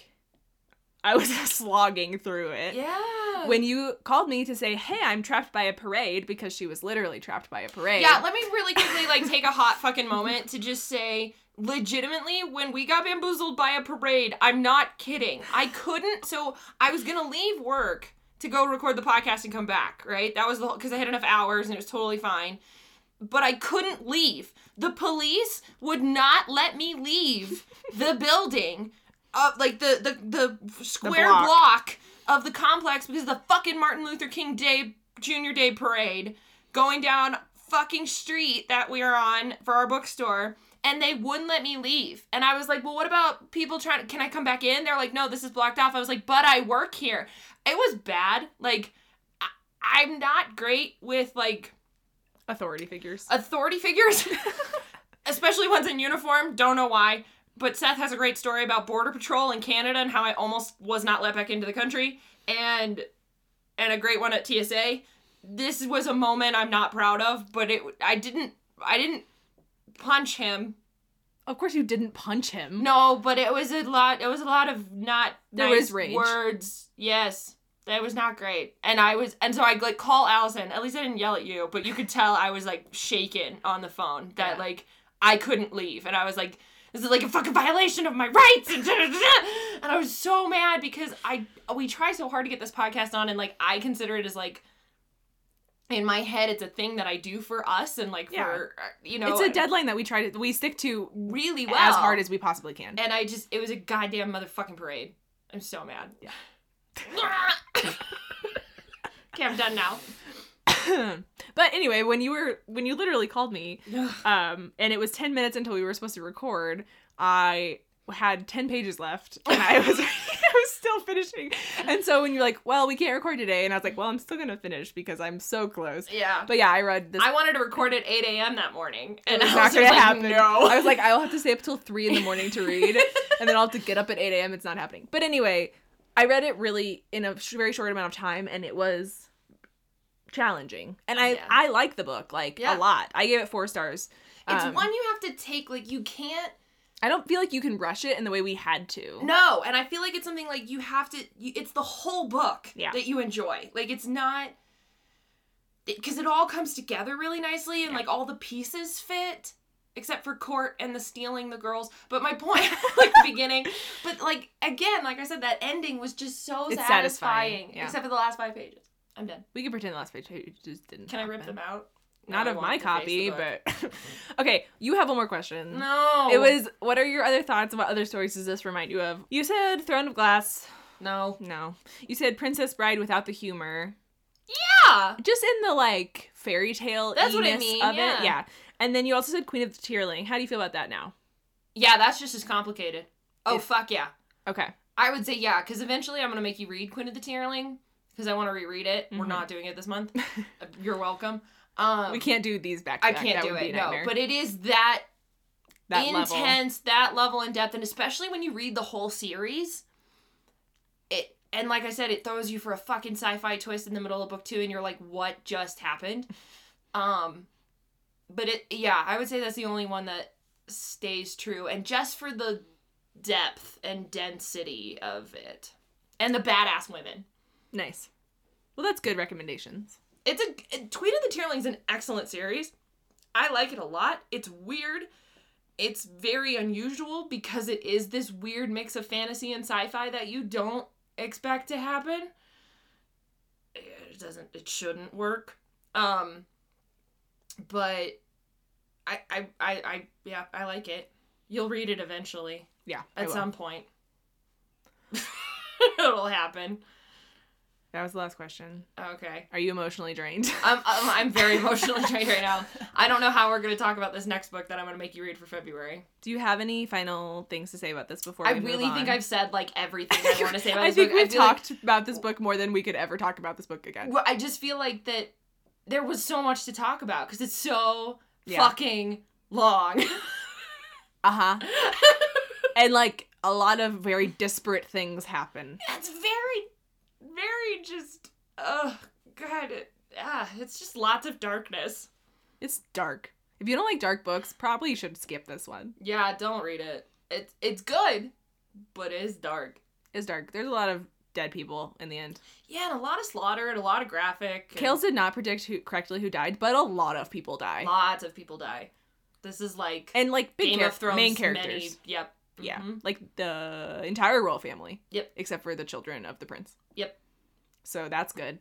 [SPEAKER 1] I was slogging through it.
[SPEAKER 2] Yeah.
[SPEAKER 1] When you called me to say, "Hey, I'm trapped by a parade," because she was literally trapped by a parade.
[SPEAKER 2] Yeah, let me really quickly like take a hot fucking moment to just say legitimately when we got bamboozled by a parade, I'm not kidding. I couldn't so I was going to leave work to go record the podcast and come back, right? That was the cuz I had enough hours and it was totally fine. But I couldn't leave. The police would not let me leave the building of like the the the square
[SPEAKER 1] block.
[SPEAKER 2] block of the complex because of the fucking Martin Luther King Day Junior Day parade going down fucking street that we are on for our bookstore and they wouldn't let me leave. And I was like, "Well, what about people trying can I come back in?" They're like, "No, this is blocked off." I was like, "But I work here." It was bad. Like I- I'm not great with like
[SPEAKER 1] authority figures.
[SPEAKER 2] authority figures, especially ones in uniform. Don't know why. But Seth has a great story about Border Patrol in Canada and how I almost was not let back into the country, and and a great one at TSA. This was a moment I'm not proud of, but it I didn't I didn't punch him.
[SPEAKER 1] Of course, you didn't punch him.
[SPEAKER 2] No, but it was a lot. It was a lot of not
[SPEAKER 1] There
[SPEAKER 2] nice
[SPEAKER 1] was rage.
[SPEAKER 2] words. Yes, that was not great. And I was, and so I like call Allison. At least I didn't yell at you, but you could tell I was like shaken on the phone. That
[SPEAKER 1] Yeah.
[SPEAKER 2] like I couldn't leave, and I was like, this is like a fucking violation of my rights. And, and I was so mad because I we try so hard to get this podcast on, and like I consider it as like. In my head, it's a thing that I do for us and like
[SPEAKER 1] Yeah.
[SPEAKER 2] for uh, you know
[SPEAKER 1] it's a deadline that we try to we stick to
[SPEAKER 2] really well
[SPEAKER 1] as hard as we possibly can.
[SPEAKER 2] and I just, it was a goddamn motherfucking parade. I'm so mad.
[SPEAKER 1] Yeah.
[SPEAKER 2] okay, I'm done now.
[SPEAKER 1] but anyway, when you were when you literally called me, um, and it was ten minutes until we were supposed to record, I had ten pages left, and I was I was still finishing. And so when you're like, "Well, we can't record today," and I was like, "Well, I'm still gonna finish because I'm so close."
[SPEAKER 2] yeah.
[SPEAKER 1] But yeah, I read this.
[SPEAKER 2] I wanted to record at 8 a.m. that morning. And
[SPEAKER 1] it was
[SPEAKER 2] I
[SPEAKER 1] not
[SPEAKER 2] was
[SPEAKER 1] gonna
[SPEAKER 2] just like,
[SPEAKER 1] happen.
[SPEAKER 2] No.
[SPEAKER 1] I was like, I'll have to stay up till three in the morning to read, and then I'll have to get up at eight a.m. It's not happening. But anyway, I read it really in a sh- very short amount of time, and it was challenging. And I
[SPEAKER 2] Yeah.
[SPEAKER 1] I like the book like
[SPEAKER 2] Yeah.
[SPEAKER 1] a lot. I gave it four stars.
[SPEAKER 2] it's
[SPEAKER 1] Um,
[SPEAKER 2] one you have to take, like, you can't
[SPEAKER 1] I don't feel like you can rush it in the way we had to.
[SPEAKER 2] No, and I feel like it's something like you have to. You, it's the whole book
[SPEAKER 1] Yeah.
[SPEAKER 2] that you enjoy. Like it's not because it all comes together really nicely, and like all the pieces fit, except for court and the stealing the girls. But my point, like the beginning, but like again, like I said, that ending was just so
[SPEAKER 1] It's
[SPEAKER 2] satisfying,
[SPEAKER 1] satisfying, yeah.
[SPEAKER 2] except for the last five pages. I'm done.
[SPEAKER 1] We can pretend the last page page just didn't.
[SPEAKER 2] Can I rip
[SPEAKER 1] happen.
[SPEAKER 2] them out?
[SPEAKER 1] Not
[SPEAKER 2] No, I
[SPEAKER 1] of
[SPEAKER 2] want
[SPEAKER 1] my
[SPEAKER 2] to face
[SPEAKER 1] copy,
[SPEAKER 2] the book.
[SPEAKER 1] but okay. You have one more question.
[SPEAKER 2] no,
[SPEAKER 1] It was. What are your other thoughts? What other stories does this remind you of? You said Throne of Glass.
[SPEAKER 2] no.
[SPEAKER 1] No. You said Princess Bride without the humor.
[SPEAKER 2] Yeah,
[SPEAKER 1] Just in the like fairy tale.
[SPEAKER 2] That's what I mean,
[SPEAKER 1] Of
[SPEAKER 2] yeah.
[SPEAKER 1] it. yeah. And then you also said Queen of the Tearling. How do you feel about that now?
[SPEAKER 2] yeah. That's just as complicated. Oh
[SPEAKER 1] It-
[SPEAKER 2] fuck yeah.
[SPEAKER 1] Okay.
[SPEAKER 2] I would say yeah, because eventually I'm gonna make you read Queen of the Tearling because I want to reread it. We're
[SPEAKER 1] Mhm.
[SPEAKER 2] not doing it this month. Uh, You're welcome. Um,
[SPEAKER 1] we can't do these back. to
[SPEAKER 2] I
[SPEAKER 1] back.
[SPEAKER 2] can't
[SPEAKER 1] That
[SPEAKER 2] do
[SPEAKER 1] would be
[SPEAKER 2] it.
[SPEAKER 1] a
[SPEAKER 2] No,
[SPEAKER 1] nightmare.
[SPEAKER 2] but it is that,
[SPEAKER 1] that level.
[SPEAKER 2] intense, that level in depth, and especially when you read the whole series. It and like I said, it throws you for a fucking sci-fi twist in the middle of book two, and you're like, what just happened? Um, but it yeah, I would say that's the only one that stays true, and just for the depth and density of it, and the badass women.
[SPEAKER 1] Nice. Well, that's good recommendations.
[SPEAKER 2] It's a Tweet of the Tierling's an excellent series. I like it a lot. It's weird. It's very unusual because it is this weird mix of fantasy and sci-fi that you don't expect to happen. Eh, It doesn't it shouldn't work. Um but I I I, I yeah, I like it. You'll read it eventually
[SPEAKER 1] Yeah. I
[SPEAKER 2] at
[SPEAKER 1] will.
[SPEAKER 2] some point. It'll happen.
[SPEAKER 1] That was the last question.
[SPEAKER 2] Okay.
[SPEAKER 1] Are you emotionally drained?
[SPEAKER 2] I'm, I'm, I'm very emotionally drained right now. I don't know how we're going to talk about this next book that I'm going to make you read for February.
[SPEAKER 1] Do you have any final things to say about this before
[SPEAKER 2] I
[SPEAKER 1] we move
[SPEAKER 2] really think
[SPEAKER 1] on?
[SPEAKER 2] I've said like everything I want to say about
[SPEAKER 1] I
[SPEAKER 2] this
[SPEAKER 1] think
[SPEAKER 2] book.
[SPEAKER 1] we've
[SPEAKER 2] feel like-
[SPEAKER 1] talked about this book more than we could ever talk about this book again.
[SPEAKER 2] well, I just feel like that there was so much to talk about because it's so
[SPEAKER 1] Yeah.
[SPEAKER 2] fucking long.
[SPEAKER 1] Uh huh. and like a lot of very disparate things happen.
[SPEAKER 2] That's very, very just. Oh God, it, ah, it's just lots of darkness.
[SPEAKER 1] It's dark. If you don't like dark books, probably you should skip this one.
[SPEAKER 2] Yeah, don't read it. It's it's good, but it's dark.
[SPEAKER 1] It's dark. There's a lot of dead people in the end.
[SPEAKER 2] Yeah, and a lot of slaughter and a lot of graphic. and-
[SPEAKER 1] Kales did not predict who, correctly who died, but a lot of people die.
[SPEAKER 2] Lots of people die. This is like
[SPEAKER 1] And like big
[SPEAKER 2] Game
[SPEAKER 1] char-
[SPEAKER 2] of Thrones
[SPEAKER 1] main
[SPEAKER 2] Many,
[SPEAKER 1] characters.
[SPEAKER 2] yep.
[SPEAKER 1] Yeah.
[SPEAKER 2] Mhm.
[SPEAKER 1] Like the entire royal family.
[SPEAKER 2] Yep.
[SPEAKER 1] Except for the children of the prince.
[SPEAKER 2] Yep.
[SPEAKER 1] So that's good.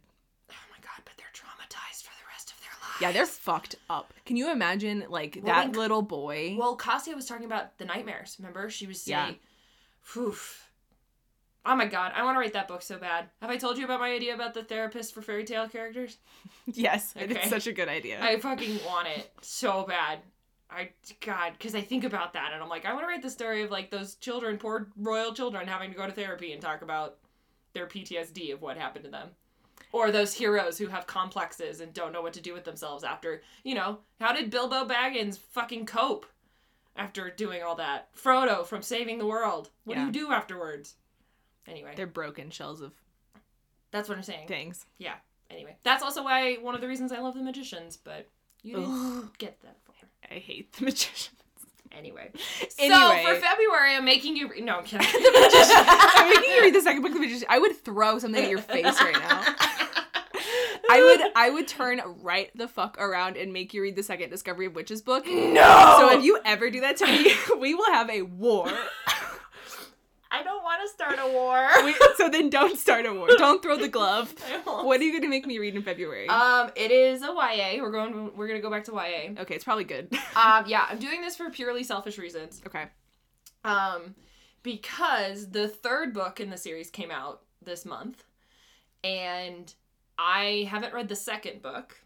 [SPEAKER 2] Oh my god, but they're traumatized for the rest of their lives.
[SPEAKER 1] Yeah, they're fucked up. Can you imagine like
[SPEAKER 2] Well,
[SPEAKER 1] that
[SPEAKER 2] when-
[SPEAKER 1] little boy?
[SPEAKER 2] Well, Cassia was talking about the nightmares. Remember, she was
[SPEAKER 1] Yeah.
[SPEAKER 2] saying, "Whew." Oh my god, I want to write that book so bad. Have I told you about my idea about the therapist for fairy tale characters?
[SPEAKER 1] yes,
[SPEAKER 2] Okay.
[SPEAKER 1] it's such a good idea.
[SPEAKER 2] I fucking want it so bad. I god, because I think about that and I'm like, I want to write the story of like those children, poor royal children, having to go to therapy and talk about their PTSD of what happened to them, or those heroes who have complexes and don't know what to do with themselves after. You know, how did Bilbo Baggins fucking cope after doing all that? Frodo from Saving the World. What
[SPEAKER 1] Yeah.
[SPEAKER 2] do you do afterwards? Anyway,
[SPEAKER 1] They're broken shells of
[SPEAKER 2] that's what I'm saying.
[SPEAKER 1] things.
[SPEAKER 2] Anyway, that's also why one of the reasons I love the magicians, but you didn't
[SPEAKER 1] Ugh.
[SPEAKER 2] get that far.
[SPEAKER 1] I hate the magician.
[SPEAKER 2] Anyway.
[SPEAKER 1] Anyway.
[SPEAKER 2] So for February, I'm making you. Re- no, I'm kidding.
[SPEAKER 1] I'm making you read the second book of the magician. I would throw something at your face right now. I would I would turn right the fuck around and make you read the second Discovery of Witches book.
[SPEAKER 2] No.
[SPEAKER 1] So if you ever do that to me, we will have a war.
[SPEAKER 2] I don't want to start a war.
[SPEAKER 1] We, so then don't start a war. Don't throw the glove.
[SPEAKER 2] I won't.
[SPEAKER 1] What are you going to make me read in February?
[SPEAKER 2] Um, it is a YA. We're going. We're gonna go back to YA.
[SPEAKER 1] okay, it's probably good.
[SPEAKER 2] Um, yeah, I'm doing this for purely selfish reasons.
[SPEAKER 1] okay.
[SPEAKER 2] Um, because the third book in the series came out this month, and I haven't read the second book,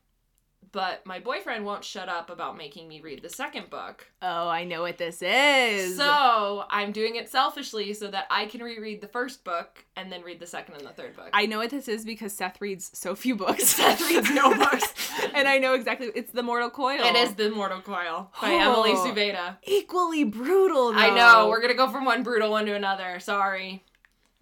[SPEAKER 2] but my boyfriend won't shut up about making me read the second book.
[SPEAKER 1] Oh, I know what this is.
[SPEAKER 2] So I'm doing it selfishly so that I can reread the first book and then read the second and the third book.
[SPEAKER 1] I know what this is because Seth reads so few books.
[SPEAKER 2] Seth reads no books.
[SPEAKER 1] and I know exactly. It's The Mortal Coil.
[SPEAKER 2] it is The Mortal Coil by
[SPEAKER 1] Oh.
[SPEAKER 2] Emily Subeda.
[SPEAKER 1] equally brutal. Though.
[SPEAKER 2] I know, we're gonna go from one brutal one to another. Sorry.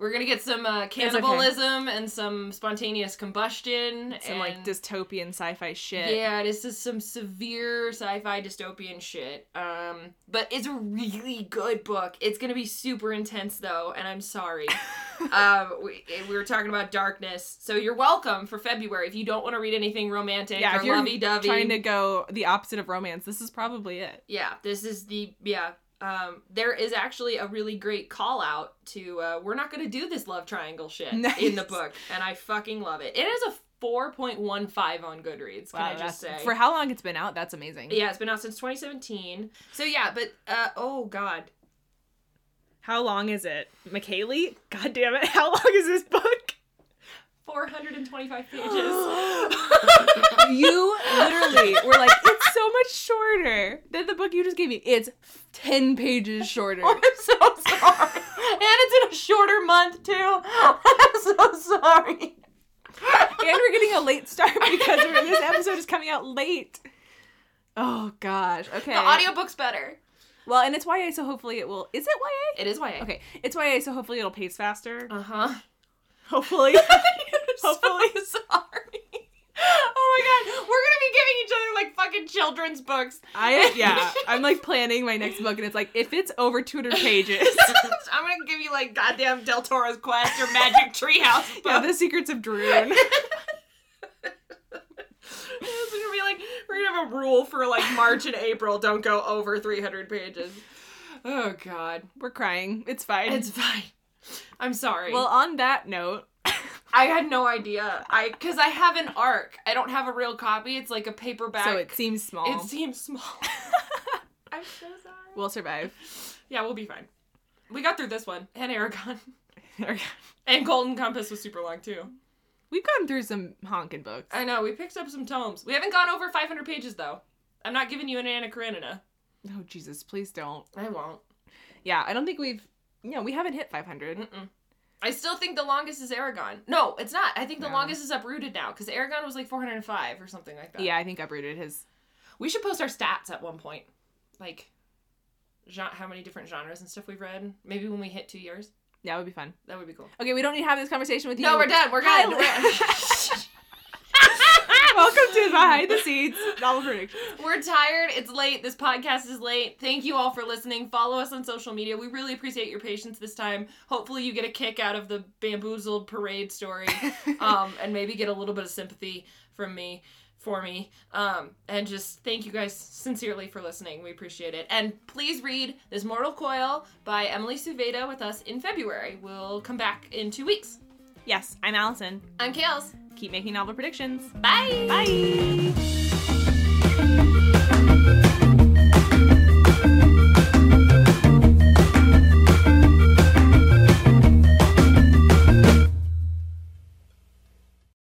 [SPEAKER 2] We're gonna get some uh, cannibalism and some spontaneous combustion.
[SPEAKER 1] some
[SPEAKER 2] and
[SPEAKER 1] like dystopian sci-fi shit.
[SPEAKER 2] Yeah, this is some severe sci-fi dystopian shit. Um, but it's a really good book. It's gonna be super intense though, and I'm sorry. um, we, we were talking about darkness, so you're welcome for February if you don't want to read anything romantic
[SPEAKER 1] Yeah,
[SPEAKER 2] or
[SPEAKER 1] if you're
[SPEAKER 2] lovey-dovey.
[SPEAKER 1] Trying to go the opposite of romance. This is probably it.
[SPEAKER 2] Yeah, this is the yeah. Um, there is actually a really great call out to uh, we're not gonna do this love triangle shit in the
[SPEAKER 1] Nice.
[SPEAKER 2] book, and I fucking love it. It is a 4.15 on Goodreads. Can I just say?
[SPEAKER 1] that's- For how long it's been out, that's amazing.
[SPEAKER 2] yeah, it's been out since 2017. So yeah, but uh, oh god,
[SPEAKER 1] How long is it? McKaylee? God damn it, how long is this book?
[SPEAKER 2] 425 pages.
[SPEAKER 1] you literally were like, it's so much shorter than the book you just gave me. It's 10 pages shorter.
[SPEAKER 2] I'm so sorry, and it's in a shorter month too. I'm so sorry.
[SPEAKER 1] and we're getting a late start because we're, this episode is coming out late. Oh gosh. Okay.
[SPEAKER 2] The audiobook's better.
[SPEAKER 1] Well, and it's YA, so hopefully it will. Is it YA?
[SPEAKER 2] It is YA.
[SPEAKER 1] Okay, it's YA, so hopefully it'll pace faster.
[SPEAKER 2] Uh huh.
[SPEAKER 1] Hopefully.
[SPEAKER 2] Hopefully, sorry. Oh my god, we're gonna be giving each other like fucking children's books.
[SPEAKER 1] I yeah. I'm like planning my next book, and it's like if it's over 200 pages.
[SPEAKER 2] I'm gonna give you like goddamn Del Toro's Quest or Magic Treehouse book.
[SPEAKER 1] yeah, the secrets of Droon.
[SPEAKER 2] It's gonna be like we're gonna have a rule for like March and April. Don't go over 300 pages. Oh god,
[SPEAKER 1] We're crying. It's fine.
[SPEAKER 2] it's fine. I'm sorry.
[SPEAKER 1] well, on that note,
[SPEAKER 2] I had no idea. I because I have an arc. I don't have a real copy. It's like a paperback.
[SPEAKER 1] so it seems small.
[SPEAKER 2] It seems small. I'm so sorry.
[SPEAKER 1] we'll survive.
[SPEAKER 2] Yeah, we'll be fine. We got through this one and Aragon
[SPEAKER 1] Okay.
[SPEAKER 2] and Golden Compass was super long too.
[SPEAKER 1] We've gone through some honking books.
[SPEAKER 2] I know we picked up some tomes. We haven't gone over 500 pages though. I'm not giving you an Anna Karenina.
[SPEAKER 1] Oh Jesus, please don't.
[SPEAKER 2] I won't.
[SPEAKER 1] Yeah, I don't think we've. No, we haven't hit 500.
[SPEAKER 2] Mm-mm. I still think the longest is Aragon. No, it's not. I think the
[SPEAKER 1] No.
[SPEAKER 2] longest is Uprooted now because Aragon was like 405 or something like that.
[SPEAKER 1] Yeah, I think uprooted his.
[SPEAKER 2] We should post our stats at one point, like, gen- how many different genres and stuff we've read. Maybe when we hit two years,
[SPEAKER 1] Yeah, it would be fun.
[SPEAKER 2] that would be cool.
[SPEAKER 1] Okay, we don't need to have this conversation with you.
[SPEAKER 2] No, we're done. We're
[SPEAKER 1] Hi,
[SPEAKER 2] done.
[SPEAKER 1] Li-
[SPEAKER 2] We're-
[SPEAKER 1] Welcome to Behind the Scenes Novel Prediction.
[SPEAKER 2] We're tired. It's late. This podcast is late. Thank you all for listening. Follow us on social media. We really appreciate your patience this time. Hopefully, you get a kick out of the bamboozled parade story, um, and maybe get a little bit of sympathy from me, for me. Um, and just thank you guys sincerely for listening. We appreciate it. And please read This Mortal Coil by Emily Suveda with us in February. We'll come back in two weeks.
[SPEAKER 1] Yes, I'm Allison.
[SPEAKER 2] I'm Kales.
[SPEAKER 1] Keep making novel predictions.
[SPEAKER 2] Bye.
[SPEAKER 1] Bye.